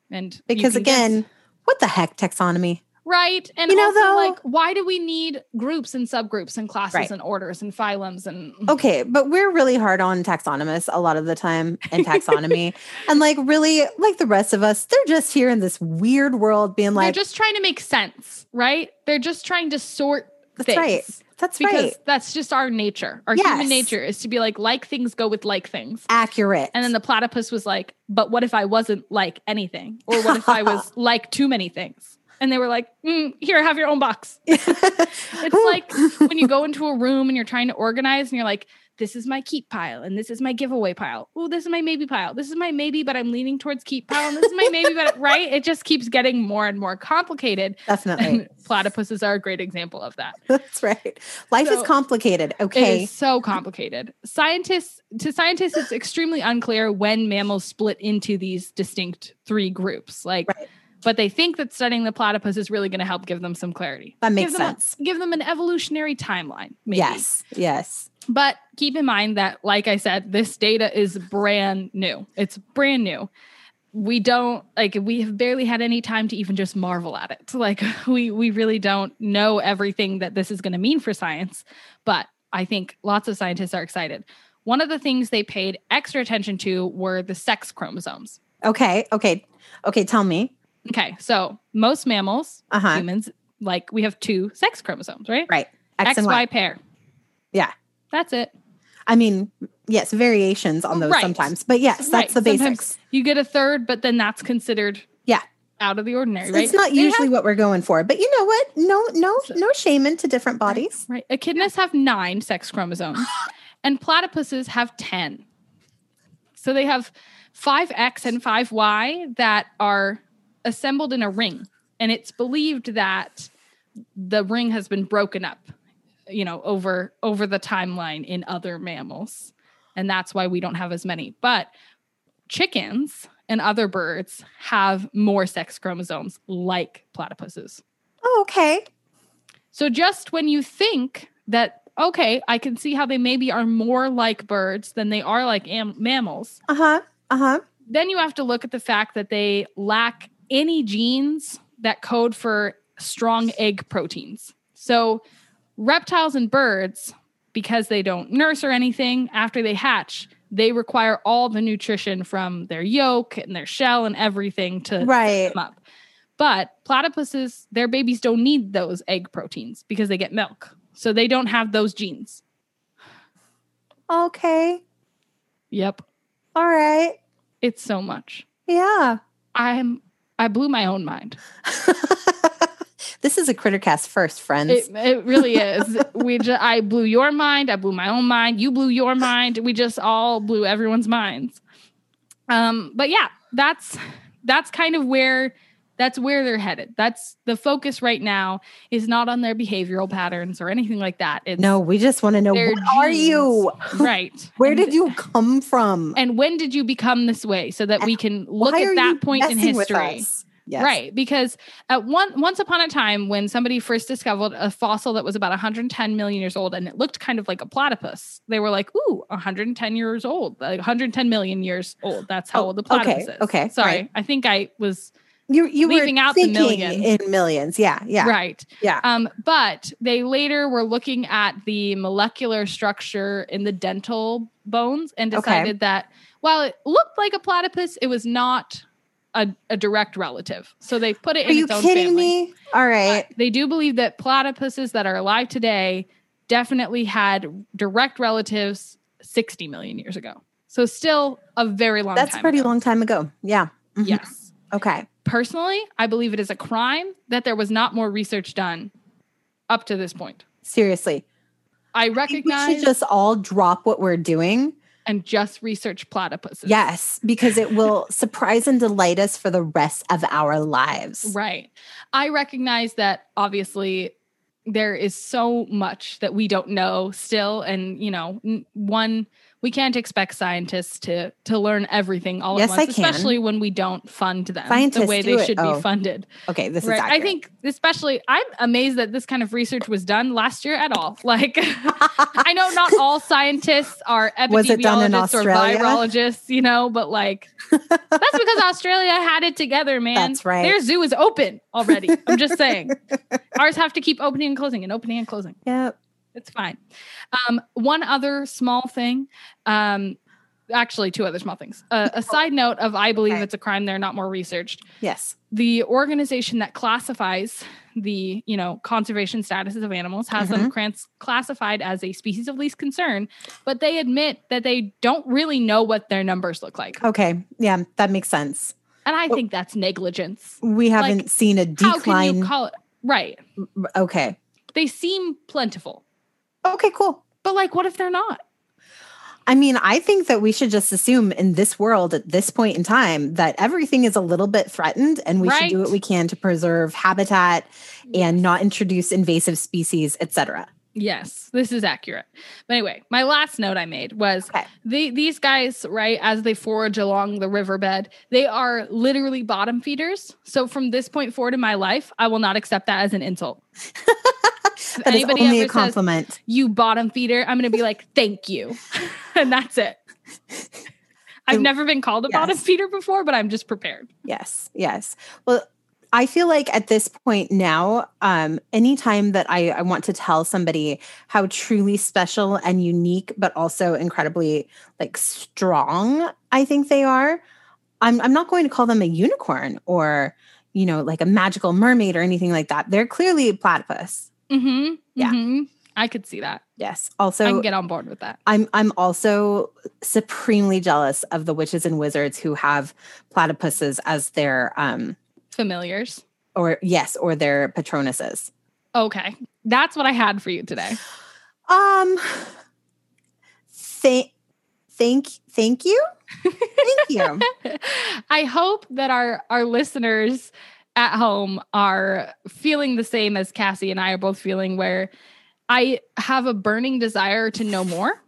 Speaker 1: And you
Speaker 2: Because
Speaker 1: can guess-
Speaker 2: again, what the heck taxonomy?
Speaker 1: Right. And
Speaker 2: You know,
Speaker 1: also,
Speaker 2: though-
Speaker 1: like, why do we need groups and subgroups and classes
Speaker 2: Right.
Speaker 1: and orders and phylums and
Speaker 2: Okay, but we're really hard on taxonomists a lot of the time and taxonomy. and like really like the rest of us, they're just here in this weird world being like
Speaker 1: they're just trying to make sense, right? They're just trying to sort
Speaker 2: That's
Speaker 1: things.
Speaker 2: right. that's
Speaker 1: Because
Speaker 2: right.
Speaker 1: that's just our nature. Our
Speaker 2: Yes.
Speaker 1: human nature is to be like, like things go with like things.
Speaker 2: Accurate.
Speaker 1: And then the platypus was like, but what if I wasn't like anything? Or what if I was like too many things? And they were like, mm, here, have your own box. It's like when you go into a room and you're trying to organize and you're like, this is my keep pile and this is my giveaway pile. Oh, this is my maybe pile. This is my maybe, but I'm leaning towards keep pile. And this is my maybe, but right? It just keeps getting more and more complicated.
Speaker 2: Definitely.
Speaker 1: And platypuses are a great example of that.
Speaker 2: That's right. Life
Speaker 1: So-
Speaker 2: is complicated.
Speaker 1: It
Speaker 2: Okay.
Speaker 1: is so complicated. Scientists to scientists, it's extremely unclear when mammals split into these distinct three groups. Like,
Speaker 2: Right.
Speaker 1: but they think that studying the platypus is really going to help give them some clarity.
Speaker 2: That
Speaker 1: Give
Speaker 2: makes
Speaker 1: them a-
Speaker 2: sense.
Speaker 1: give them an evolutionary timeline. Maybe.
Speaker 2: Yes. Yes.
Speaker 1: But keep in mind that, like I said, this data is brand new. It's brand new. We don't like we have barely had any time to even just marvel at it. Like we we really don't know everything that this is going to mean for science, but I think lots of scientists are excited. One of the things they paid extra attention to were the sex chromosomes.
Speaker 2: Okay. Okay. Okay. Tell me.
Speaker 1: Okay, so most mammals,
Speaker 2: Uh huh.
Speaker 1: humans, like we have two sex chromosomes, right?
Speaker 2: Right. X, and y.
Speaker 1: pair.
Speaker 2: Yeah.
Speaker 1: That's it.
Speaker 2: I mean, yes, variations on those
Speaker 1: Right.
Speaker 2: sometimes, but yes,
Speaker 1: Right,
Speaker 2: that's the
Speaker 1: sometimes
Speaker 2: basics.
Speaker 1: You get a third, but then that's considered
Speaker 2: Yeah.
Speaker 1: out of the ordinary,
Speaker 2: It's-
Speaker 1: right?
Speaker 2: It's not
Speaker 1: They
Speaker 2: usually what we're going for, but you know what? No, no,
Speaker 1: So-
Speaker 2: no shame into different bodies.
Speaker 1: have, right. Echidnas have nine sex chromosomes, and platypuses have ten. So they have five X and five Y that are assembled in a ring, and it's believed that the ring has been broken up you know over over the timeline in other mammals and that's why we don't have as many but chickens and other birds have more sex chromosomes like platypuses
Speaker 2: Oh, okay.
Speaker 1: so just when you think that okay i can see how they maybe are more like birds than they are like am- mammals
Speaker 2: Uh huh. Uh huh.
Speaker 1: then you have to look at the fact that they lack any genes that code for strong egg proteins. So, reptiles and birds, because they don't nurse or anything after they hatch, they require all the nutrition from their yolk and their shell and everything to
Speaker 2: Right.
Speaker 1: come up. But platypuses, their babies don't need those egg proteins because they get milk. So, they don't have those genes.
Speaker 2: Okay.
Speaker 1: Yep.
Speaker 2: All right.
Speaker 1: It's so much.
Speaker 2: Yeah.
Speaker 1: I'm I blew my own mind.
Speaker 2: this is a Crittercast first, friends.
Speaker 1: It, it really is. we ju- I blew your mind. I blew my own mind. You blew your mind. We just all blew everyone's minds. Um, but yeah, that's that's kind of where that's where they're headed. That's the focus right now is not on their behavioral patterns or anything like that. It's
Speaker 2: no, we just want to know
Speaker 1: their
Speaker 2: where are
Speaker 1: genes.
Speaker 2: you?
Speaker 1: right.
Speaker 2: Where
Speaker 1: And-
Speaker 2: did you come from?
Speaker 1: and when did you become this way so that we can look
Speaker 2: Why are
Speaker 1: at that
Speaker 2: you
Speaker 1: point in
Speaker 2: messing with
Speaker 1: history?
Speaker 2: us? Yes.
Speaker 1: Right, because at one once upon a time, when somebody first discovered a fossil that was about 110 million years old, and it looked kind of like a platypus, they were like, "Ooh, 110 years old, like 110 million years old. That's how
Speaker 2: Oh,
Speaker 1: old the
Speaker 2: okay,
Speaker 1: platypus is."
Speaker 2: okay,
Speaker 1: sorry,
Speaker 2: right.
Speaker 1: I think I was
Speaker 2: You you
Speaker 1: leaving
Speaker 2: were
Speaker 1: out the
Speaker 2: thinking
Speaker 1: millions.
Speaker 2: in millions. Yeah. Yeah.
Speaker 1: right.
Speaker 2: Yeah.
Speaker 1: Um, but they later were looking at the molecular structure in the dental bones and
Speaker 2: Okay.
Speaker 1: decided that while it looked like a platypus, it was not a, a direct relative. So they put it
Speaker 2: Are
Speaker 1: in
Speaker 2: you
Speaker 1: its own
Speaker 2: kidding
Speaker 1: family.
Speaker 2: me? All right.
Speaker 1: But they do believe that platypuses that are alive today definitely had direct relatives 60 million years ago. So still a very long
Speaker 2: That's
Speaker 1: time.
Speaker 2: a pretty
Speaker 1: ago.
Speaker 2: long time ago. Yeah. Mhm.
Speaker 1: Yes.
Speaker 2: Okay.
Speaker 1: Personally, I believe it is a crime that there was not more research done up to this point.
Speaker 2: Seriously.
Speaker 1: I
Speaker 2: I think we
Speaker 1: recognize
Speaker 2: should just all drop what we're doing.
Speaker 1: and just research platypuses.
Speaker 2: Yes, because it will surprise and delight us for the rest of our lives.
Speaker 1: Right. I recognize that obviously there is so much that we don't know still and you know n- one we can't expect scientists to to learn everything all
Speaker 2: Yes,
Speaker 1: at
Speaker 2: I
Speaker 1: once
Speaker 2: can.
Speaker 1: especially when we don't fund them the
Speaker 2: Scientists
Speaker 1: way
Speaker 2: do
Speaker 1: they
Speaker 2: it.
Speaker 1: should
Speaker 2: Oh,
Speaker 1: be funded.
Speaker 2: Okay, this
Speaker 1: right.
Speaker 2: is
Speaker 1: I
Speaker 2: accurate.
Speaker 1: think especially I'm amazed that this kind of research was done last year at all. Like I know not all scientists are
Speaker 2: Was it done in
Speaker 1: epidemiologists or
Speaker 2: Australia?
Speaker 1: virologists, you know, but like that's because Australia had it together, man.
Speaker 2: That's right.
Speaker 1: Their zoo is open already. I'm just saying. Ours have to keep opening and closing and opening and closing.
Speaker 2: Yep.
Speaker 1: It's fine. Um, one other small thing. Um, actually, two other small things. Uh, a side note of I believe
Speaker 2: Oh. Okay.
Speaker 1: it's a crime. They're not more researched
Speaker 2: Yes.
Speaker 1: the organization that classifies the you know conservation statuses of animals has them crans- classified as a species of least concern but they admit that they don't really know what their numbers look like
Speaker 2: Okay. Yeah, that makes sense.
Speaker 1: and i
Speaker 2: Well-
Speaker 1: think that's negligence
Speaker 2: We haven't seen a
Speaker 1: how can you
Speaker 2: decline.
Speaker 1: call it right
Speaker 2: okay.
Speaker 1: they seem plentiful
Speaker 2: Okay, cool.
Speaker 1: but like what if they're not
Speaker 2: I mean, I think that we should just assume in this world at this point in time that everything is a little bit threatened and we should do
Speaker 1: Right.
Speaker 2: what we can to preserve habitat and not introduce invasive species, etc.
Speaker 1: Yes, this is accurate. But anyway, my last note I made was
Speaker 2: Okay.
Speaker 1: the, these guys, right, as they forage along the riverbed, they are literally bottom feeders. So from this point forward in my life, I will not accept that as an insult. if
Speaker 2: That is
Speaker 1: anybody
Speaker 2: only a
Speaker 1: ever says,
Speaker 2: compliment.
Speaker 1: you bottom feeder, I'm going to be like, thank you. and that's it. I've
Speaker 2: The-
Speaker 1: never been called a bottom
Speaker 2: yes.
Speaker 1: feeder before, but I'm just prepared.
Speaker 2: Yes, yes. Well, I feel like at this point now, um, anytime that I, I want to tell somebody how truly special and unique, but also incredibly like strong, I think they are, I'm, I'm not going to call them a unicorn or, you know, like a magical mermaid or anything like that. They're clearly a platypus.
Speaker 1: Mm-hmm.
Speaker 2: Yeah.
Speaker 1: hmm I could see that.
Speaker 2: Yes.
Speaker 1: I
Speaker 2: Also,
Speaker 1: can get on board with that.
Speaker 2: I'm I'm also supremely jealous of the witches and wizards who have platypuses as their um
Speaker 1: Familiars.
Speaker 2: or yes or their patronuses.
Speaker 1: Okay. That's what I had for you today.
Speaker 2: Um, thank, thank, thank you, thank you.
Speaker 1: I hope that our our listeners at home are feeling the same as Cassie and I are both feeling where I have a burning desire to know more,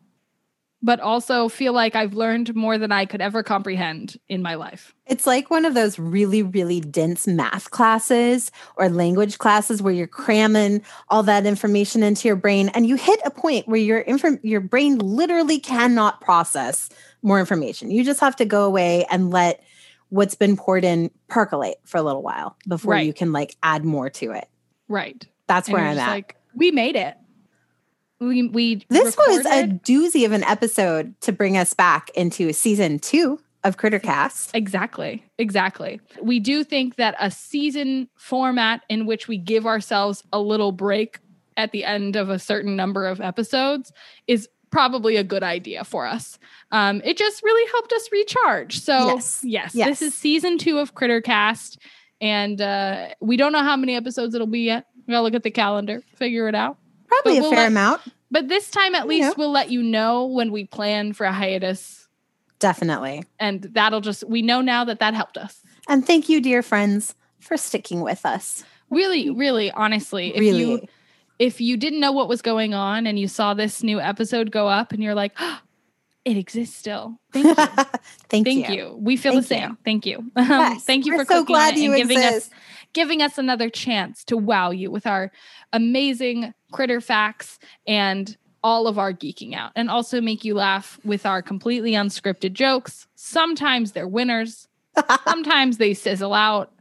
Speaker 1: but also feel like I've learned more than I could ever comprehend in my life.
Speaker 2: It's like one of those really, really dense math classes or language classes where you're cramming all that information into your brain and you hit a point where your inf- your brain literally cannot process more information. You just have to go away and let what's been poured in percolate for a little while before
Speaker 1: Right.
Speaker 2: you can like add more to it.
Speaker 1: Right.
Speaker 2: That's
Speaker 1: And
Speaker 2: where
Speaker 1: you're
Speaker 2: I'm
Speaker 1: just
Speaker 2: at.
Speaker 1: Like we made it. We we
Speaker 2: This was a
Speaker 1: recorded-
Speaker 2: doozy of an episode to bring us back into season two of Crittercast.
Speaker 1: Exactly. Exactly. We do think that a season format in which we give ourselves a little break at the end of a certain number of episodes is probably a good idea for us. Um, it just really helped us recharge. So,
Speaker 2: Yes.
Speaker 1: yes,
Speaker 2: Yes.
Speaker 1: this is season two of Crittercast. And uh, we don't know how many episodes it'll be yet. We gotta look at the calendar, figure it out.
Speaker 2: Probably
Speaker 1: But
Speaker 2: a
Speaker 1: we'll
Speaker 2: fair
Speaker 1: let-
Speaker 2: amount.
Speaker 1: But this time, at least,
Speaker 2: Yeah.
Speaker 1: we'll let you know when we plan for a hiatus.
Speaker 2: Definitely.
Speaker 1: And that'll just, we know now that that helped us.
Speaker 2: And thank you, dear friends, for sticking with us.
Speaker 1: really really honestly if
Speaker 2: really.
Speaker 1: you if you didn't know what was going on and you saw this new episode go up and you're like "Ah, it exists still thank you thank,
Speaker 2: Thank,
Speaker 1: you. we feel the
Speaker 2: Thank you.
Speaker 1: same thank you Um,
Speaker 2: Yes,
Speaker 1: thank you
Speaker 2: we're
Speaker 1: for
Speaker 2: so
Speaker 1: clicking
Speaker 2: glad
Speaker 1: on it
Speaker 2: you
Speaker 1: and giving
Speaker 2: exist.
Speaker 1: us giving us another chance to wow you with our amazing critter facts and all of our geeking out and also make you laugh with our completely unscripted jokes sometimes they're winners sometimes they sizzle out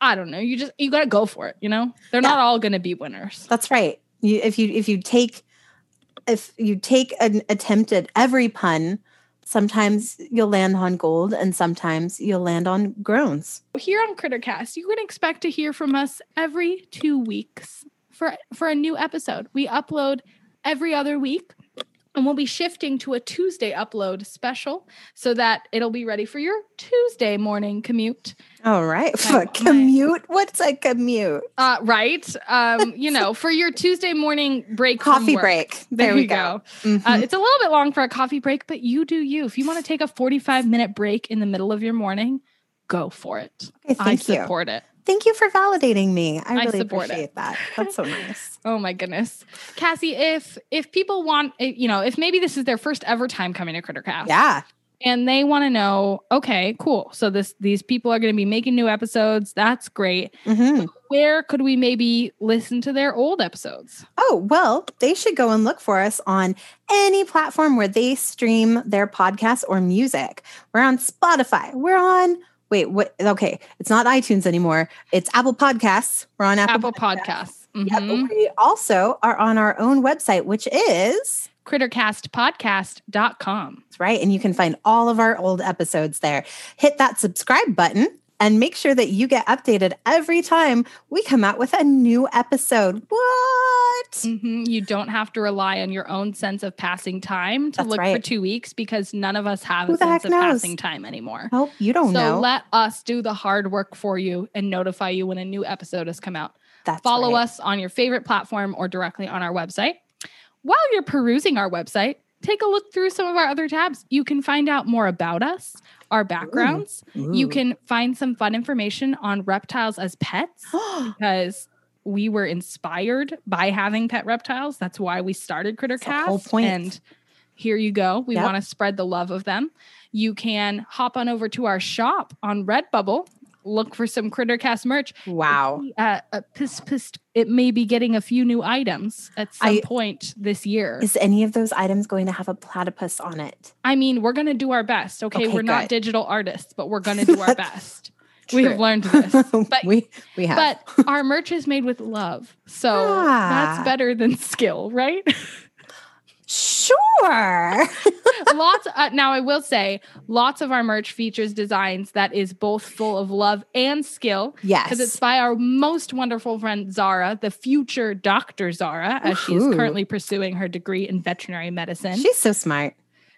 Speaker 1: i don't know you just you gotta go for it you know they're not all gonna be winners
Speaker 2: That's right. You, if you if you take if you take an attempt at every pun, sometimes you'll land on gold and sometimes you'll land on groans.
Speaker 1: here on crittercast you can expect to hear from us every two weeks for for a new episode we upload every other week and we'll be shifting to a tuesday upload special so that it'll be ready for your tuesday morning commute
Speaker 2: All right.
Speaker 1: My-
Speaker 2: commute. What's a commute?
Speaker 1: uh, right um, you know for your tuesday morning break from
Speaker 2: Coffee
Speaker 1: work.
Speaker 2: break.
Speaker 1: there,
Speaker 2: There,
Speaker 1: we
Speaker 2: we go.
Speaker 1: Uh,
Speaker 2: Mhm.
Speaker 1: it's a little bit long for a coffee break, but you do you. If you want to take a 45 minute break in the middle of your morning, go for it.
Speaker 2: okay,
Speaker 1: I
Speaker 2: thank you.
Speaker 1: support it.
Speaker 2: Thank you for validating me. I
Speaker 1: I
Speaker 2: really
Speaker 1: support it.
Speaker 2: appreciate that. That's so nice.
Speaker 1: Oh my goodness. Cassie, if if people want, eh, you know, if maybe this is their first ever time coming to Crittercast
Speaker 2: Yeah.
Speaker 1: and they want to know, okay, cool. So this these people are going to be making new episodes. That's great.
Speaker 2: hmm
Speaker 1: Where could we maybe listen to their old episodes?
Speaker 2: Oh, well, they should go and look for us on any platform where they stream their podcasts or music. We're on Spotify. We're on, wait, what? Okay. It's not iTunes anymore. It's Apple Podcasts. We're on Apple,
Speaker 1: Apple Podcasts.
Speaker 2: Yep,
Speaker 1: Mhm.
Speaker 2: We also are on our own website, which is
Speaker 1: Crittercastpodcast.com.
Speaker 2: That's right. And you can find all of our old episodes there. Hit that subscribe button and make sure that you get updated every time we come out with a new episode. What?
Speaker 1: hmm You don't have to rely on your own sense of passing time to
Speaker 2: That's
Speaker 1: look for
Speaker 2: right.
Speaker 1: two weeks because none of us have
Speaker 2: Who
Speaker 1: a
Speaker 2: the
Speaker 1: sense
Speaker 2: heck
Speaker 1: of
Speaker 2: knows?
Speaker 1: passing time anymore.
Speaker 2: Oh, you
Speaker 1: So
Speaker 2: don't know.
Speaker 1: let us do the hard work for you and notify you when a new episode has come out.
Speaker 2: That's
Speaker 1: Follow
Speaker 2: right.
Speaker 1: us on your favorite platform or directly on our website. While you're perusing our website, take a look through some of our other tabs. You can find out more about us, our backgrounds. You
Speaker 2: Ooh.
Speaker 1: can find some fun information on reptiles as
Speaker 2: Oh,
Speaker 1: pets because we were inspired by having pet reptiles. That's why we started Critter
Speaker 2: That's the whole
Speaker 1: Cast,
Speaker 2: point.
Speaker 1: And here you go. We
Speaker 2: Yep.
Speaker 1: want to spread the love of them. You can hop on over to our shop on Redbubble, look for some Crittercast merch.
Speaker 2: wow.
Speaker 1: Uh, uh, piss, piss, it may be getting a few new items at some
Speaker 2: I-
Speaker 1: point this year.
Speaker 2: Is any of those items going to have a platypus on it?
Speaker 1: I mean, we're going to do our best. Okay,
Speaker 2: Okay,
Speaker 1: we're not
Speaker 2: good.
Speaker 1: digital artists, but we're going to do our best. We have
Speaker 2: True.
Speaker 1: learned this. But
Speaker 2: we we have.
Speaker 1: But our merch is made with love. So
Speaker 2: Ah.
Speaker 1: that's better than skill, right?
Speaker 2: sure.
Speaker 1: lots uh, now I will say lots of our merch features designs that is both full of love and skill because
Speaker 2: yes.
Speaker 1: it's by our most wonderful friend Zara, the future Dr. Zara as she is
Speaker 2: Woohoo.
Speaker 1: currently pursuing her degree in veterinary medicine.
Speaker 2: She's so smart.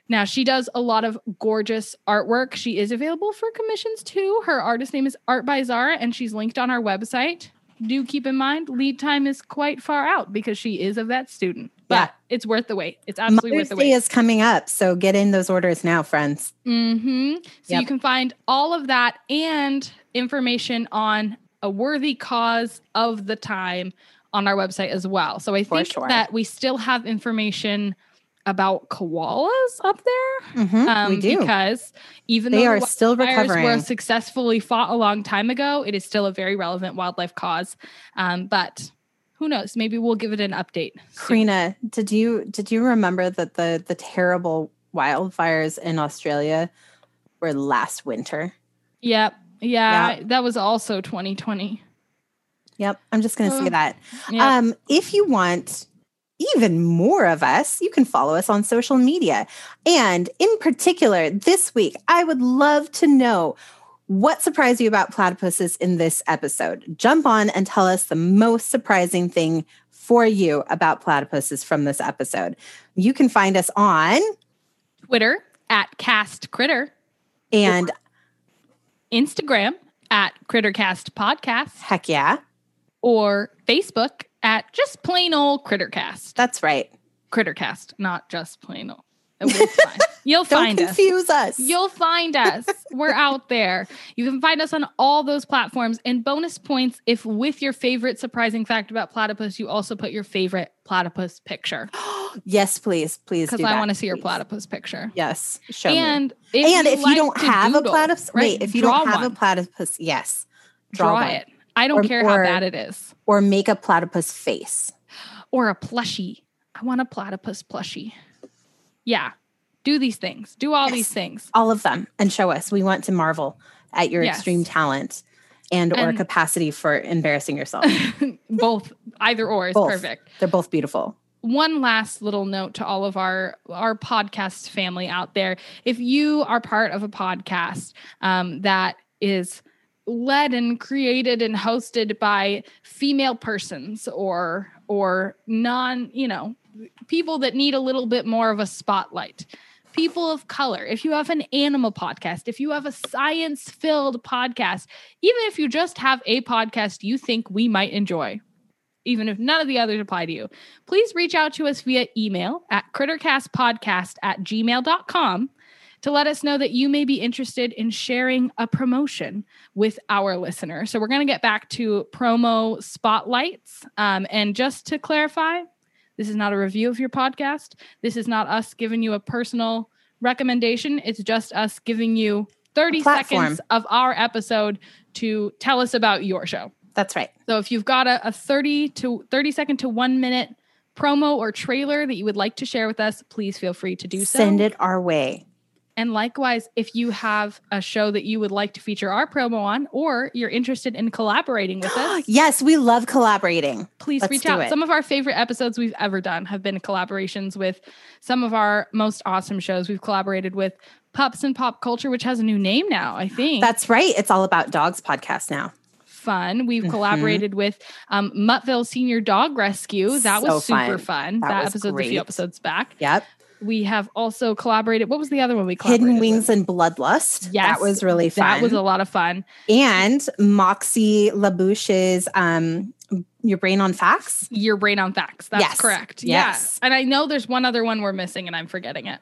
Speaker 1: Now, she does a lot of gorgeous artwork. She is available for commissions too. Her artist name is Art by Zara, and she's linked on our website. Do keep in mind, lead time is quite far out because she is a vet student, but
Speaker 2: Yeah.
Speaker 1: it's worth the wait. It's absolutely
Speaker 2: Mother's
Speaker 1: worth the
Speaker 2: Day
Speaker 1: wait.
Speaker 2: is coming up, so get in those orders now, friends.
Speaker 1: hmm So
Speaker 2: Yep.
Speaker 1: you can find all of that and information on a worthy cause of the time on our website as well. So I
Speaker 2: For
Speaker 1: think
Speaker 2: sure.
Speaker 1: that we still have information about koalas up there.
Speaker 2: Mhm,
Speaker 1: Um,
Speaker 2: we do.
Speaker 1: because even
Speaker 2: They
Speaker 1: though
Speaker 2: are
Speaker 1: the
Speaker 2: still
Speaker 1: fires were
Speaker 2: recovering.
Speaker 1: successfully fought a long time ago, it is still a very relevant wildlife cause. Um, but who knows? Maybe we'll give it an update. soon.
Speaker 2: Karina, did you did you remember that the the terrible wildfires in Australia were last winter?
Speaker 1: Yep. Yeah,
Speaker 2: Yeah.
Speaker 1: That was also 2020.
Speaker 2: Yep, I'm just going to say
Speaker 1: Ugh.
Speaker 2: that.
Speaker 1: Yep.
Speaker 2: Um, if you want even more of us, you can follow us on social media. And in particular, this week, I would love to know what surprised you about platypuses in this episode. Jump on and tell us the most surprising thing for you about platypuses from this episode. You can find us on
Speaker 1: Twitter at Cast Critter,
Speaker 2: and
Speaker 1: Instagram at Crittercast Podcast,
Speaker 2: heck yeah,
Speaker 1: or Facebook at just plain old Crittercast.
Speaker 2: that's right.
Speaker 1: Crittercast, not just plain old. We'll find- You'll
Speaker 2: Don't
Speaker 1: find us.
Speaker 2: confuse us.
Speaker 1: You'll find us. We're out there. You can find us on all those platforms and bonus points if, with your favorite surprising fact about platypus, you also put your favorite platypus picture
Speaker 2: yes, please, please.
Speaker 1: because
Speaker 2: do
Speaker 1: I
Speaker 2: that,
Speaker 1: want to see your
Speaker 2: please.
Speaker 1: platypus picture.
Speaker 2: Yes, show me.
Speaker 1: and if
Speaker 2: and if you
Speaker 1: like
Speaker 2: don't
Speaker 1: to
Speaker 2: have
Speaker 1: doodle,
Speaker 2: a platypus,
Speaker 1: right,
Speaker 2: wait, if you
Speaker 1: draw
Speaker 2: don't have
Speaker 1: one.
Speaker 2: a platypus, yes,
Speaker 1: draw,
Speaker 2: one.
Speaker 1: it. I don't
Speaker 2: Or-
Speaker 1: care
Speaker 2: or-
Speaker 1: how bad it is.
Speaker 2: or make a platypus face.
Speaker 1: Or a plushie. I want a platypus plushie. Yeah. Do these things. Do all
Speaker 2: Yes.
Speaker 1: these things.
Speaker 2: All of them and show us. We want to marvel at your
Speaker 1: Yes.
Speaker 2: extreme talent and, or
Speaker 1: And-
Speaker 2: capacity for embarrassing yourself.
Speaker 1: Both either or is
Speaker 2: Both.
Speaker 1: perfect.
Speaker 2: They're both beautiful.
Speaker 1: one last little note to all of our our podcast family out there if you are part of a podcast um, that is led and created and hosted by female persons or or non you know people that need a little bit more of a spotlight people of color if you have an animal podcast if you have a science filled podcast even if you just have a podcast you think we might enjoy even if none of the others apply to you please reach out to us via email at crittercastpodcast at gmail.com to let us know that you may be interested in sharing a promotion with our listener. So we're going to get back to promo spotlights. Um, and just to clarify, this is not a review of your podcast. This is not us giving you a personal recommendation. It's just us giving you 30
Speaker 2: platform.
Speaker 1: seconds of our episode to tell us about your show.
Speaker 2: That's right.
Speaker 1: So if you've got a, a 30 to 30 second to one minute promo or trailer that you would like to share with us, please feel free to do so.
Speaker 2: Send it our way.
Speaker 1: And likewise, if you have a show that you would like to feature our promo on, or you're interested in collaborating with us,
Speaker 2: yes, we love collaborating.
Speaker 1: please
Speaker 2: Let's
Speaker 1: reach
Speaker 2: do
Speaker 1: out.
Speaker 2: it.
Speaker 1: Some of our favorite episodes we've ever done have been collaborations with some of our most awesome shows. We've collaborated with Pups and Pop Culture, which has a new name now, I think.
Speaker 2: That's right. It's all about dogs podcast now.
Speaker 1: fun. We've
Speaker 2: Mhm.
Speaker 1: collaborated with um, Muttville Senior Dog Rescue. That was
Speaker 2: So
Speaker 1: super fun.
Speaker 2: That
Speaker 1: That,
Speaker 2: was
Speaker 1: episode's a few
Speaker 2: great.
Speaker 1: episodes back.
Speaker 2: Yep.
Speaker 1: We have also collaborated. What was the other one we collaborated with?
Speaker 2: Hidden Wings and Bloodlust.
Speaker 1: Yes,
Speaker 2: That was really fun.
Speaker 1: That was a lot of fun.
Speaker 2: and Moxie LaBouche's um, Your Brain on Facts.
Speaker 1: Your brain on facts. That's
Speaker 2: Yes.
Speaker 1: correct.
Speaker 2: Yes.
Speaker 1: Yeah. And I know there's one other one we're missing and I'm forgetting it.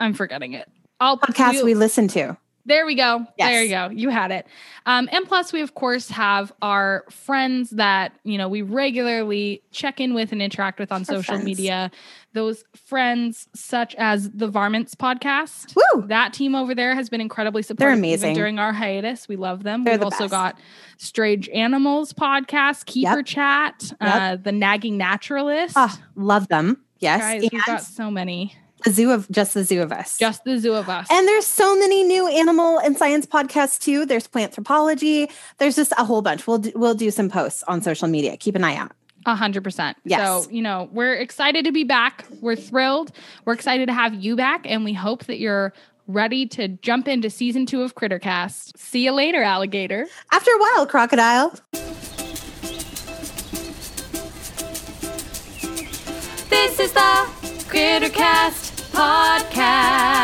Speaker 1: I'm forgetting it. I'll
Speaker 2: podcast
Speaker 1: we'll-
Speaker 2: we listen to.
Speaker 1: There we go.
Speaker 2: Yes.
Speaker 1: There you go. You had it. Um, and plus, we of course have our friends that you know we regularly check in with and interact with on
Speaker 2: Our
Speaker 1: social
Speaker 2: friends.
Speaker 1: media. Those friends, such as the Varmints podcast.
Speaker 2: Woo!
Speaker 1: That team over there has been incredibly supportive. even
Speaker 2: amazing.
Speaker 1: during our hiatus. We love them.
Speaker 2: They're
Speaker 1: We've
Speaker 2: the
Speaker 1: also
Speaker 2: best.
Speaker 1: got Strange Animals podcast, Keeper Chat, uh, the Nagging Naturalist.
Speaker 2: Oh, love them. Yes.
Speaker 1: Guys,
Speaker 2: and
Speaker 1: we've got so many.
Speaker 2: the zoo of just the zoo of us.
Speaker 1: Just the zoo of us.
Speaker 2: and there's so many new animal and science podcasts too. There's planthropology. There's just a whole bunch. We'll do, we'll do some posts on social media. Keep an eye out.
Speaker 1: A hundred percent.
Speaker 2: Yes.
Speaker 1: So, you know, we're excited to be back. We're thrilled. We're excited to have you back, and we hope that you're ready to jump into season two of Crittercast. See you later, alligator.
Speaker 2: After a while, crocodile.
Speaker 1: This is the Crittercast podcast.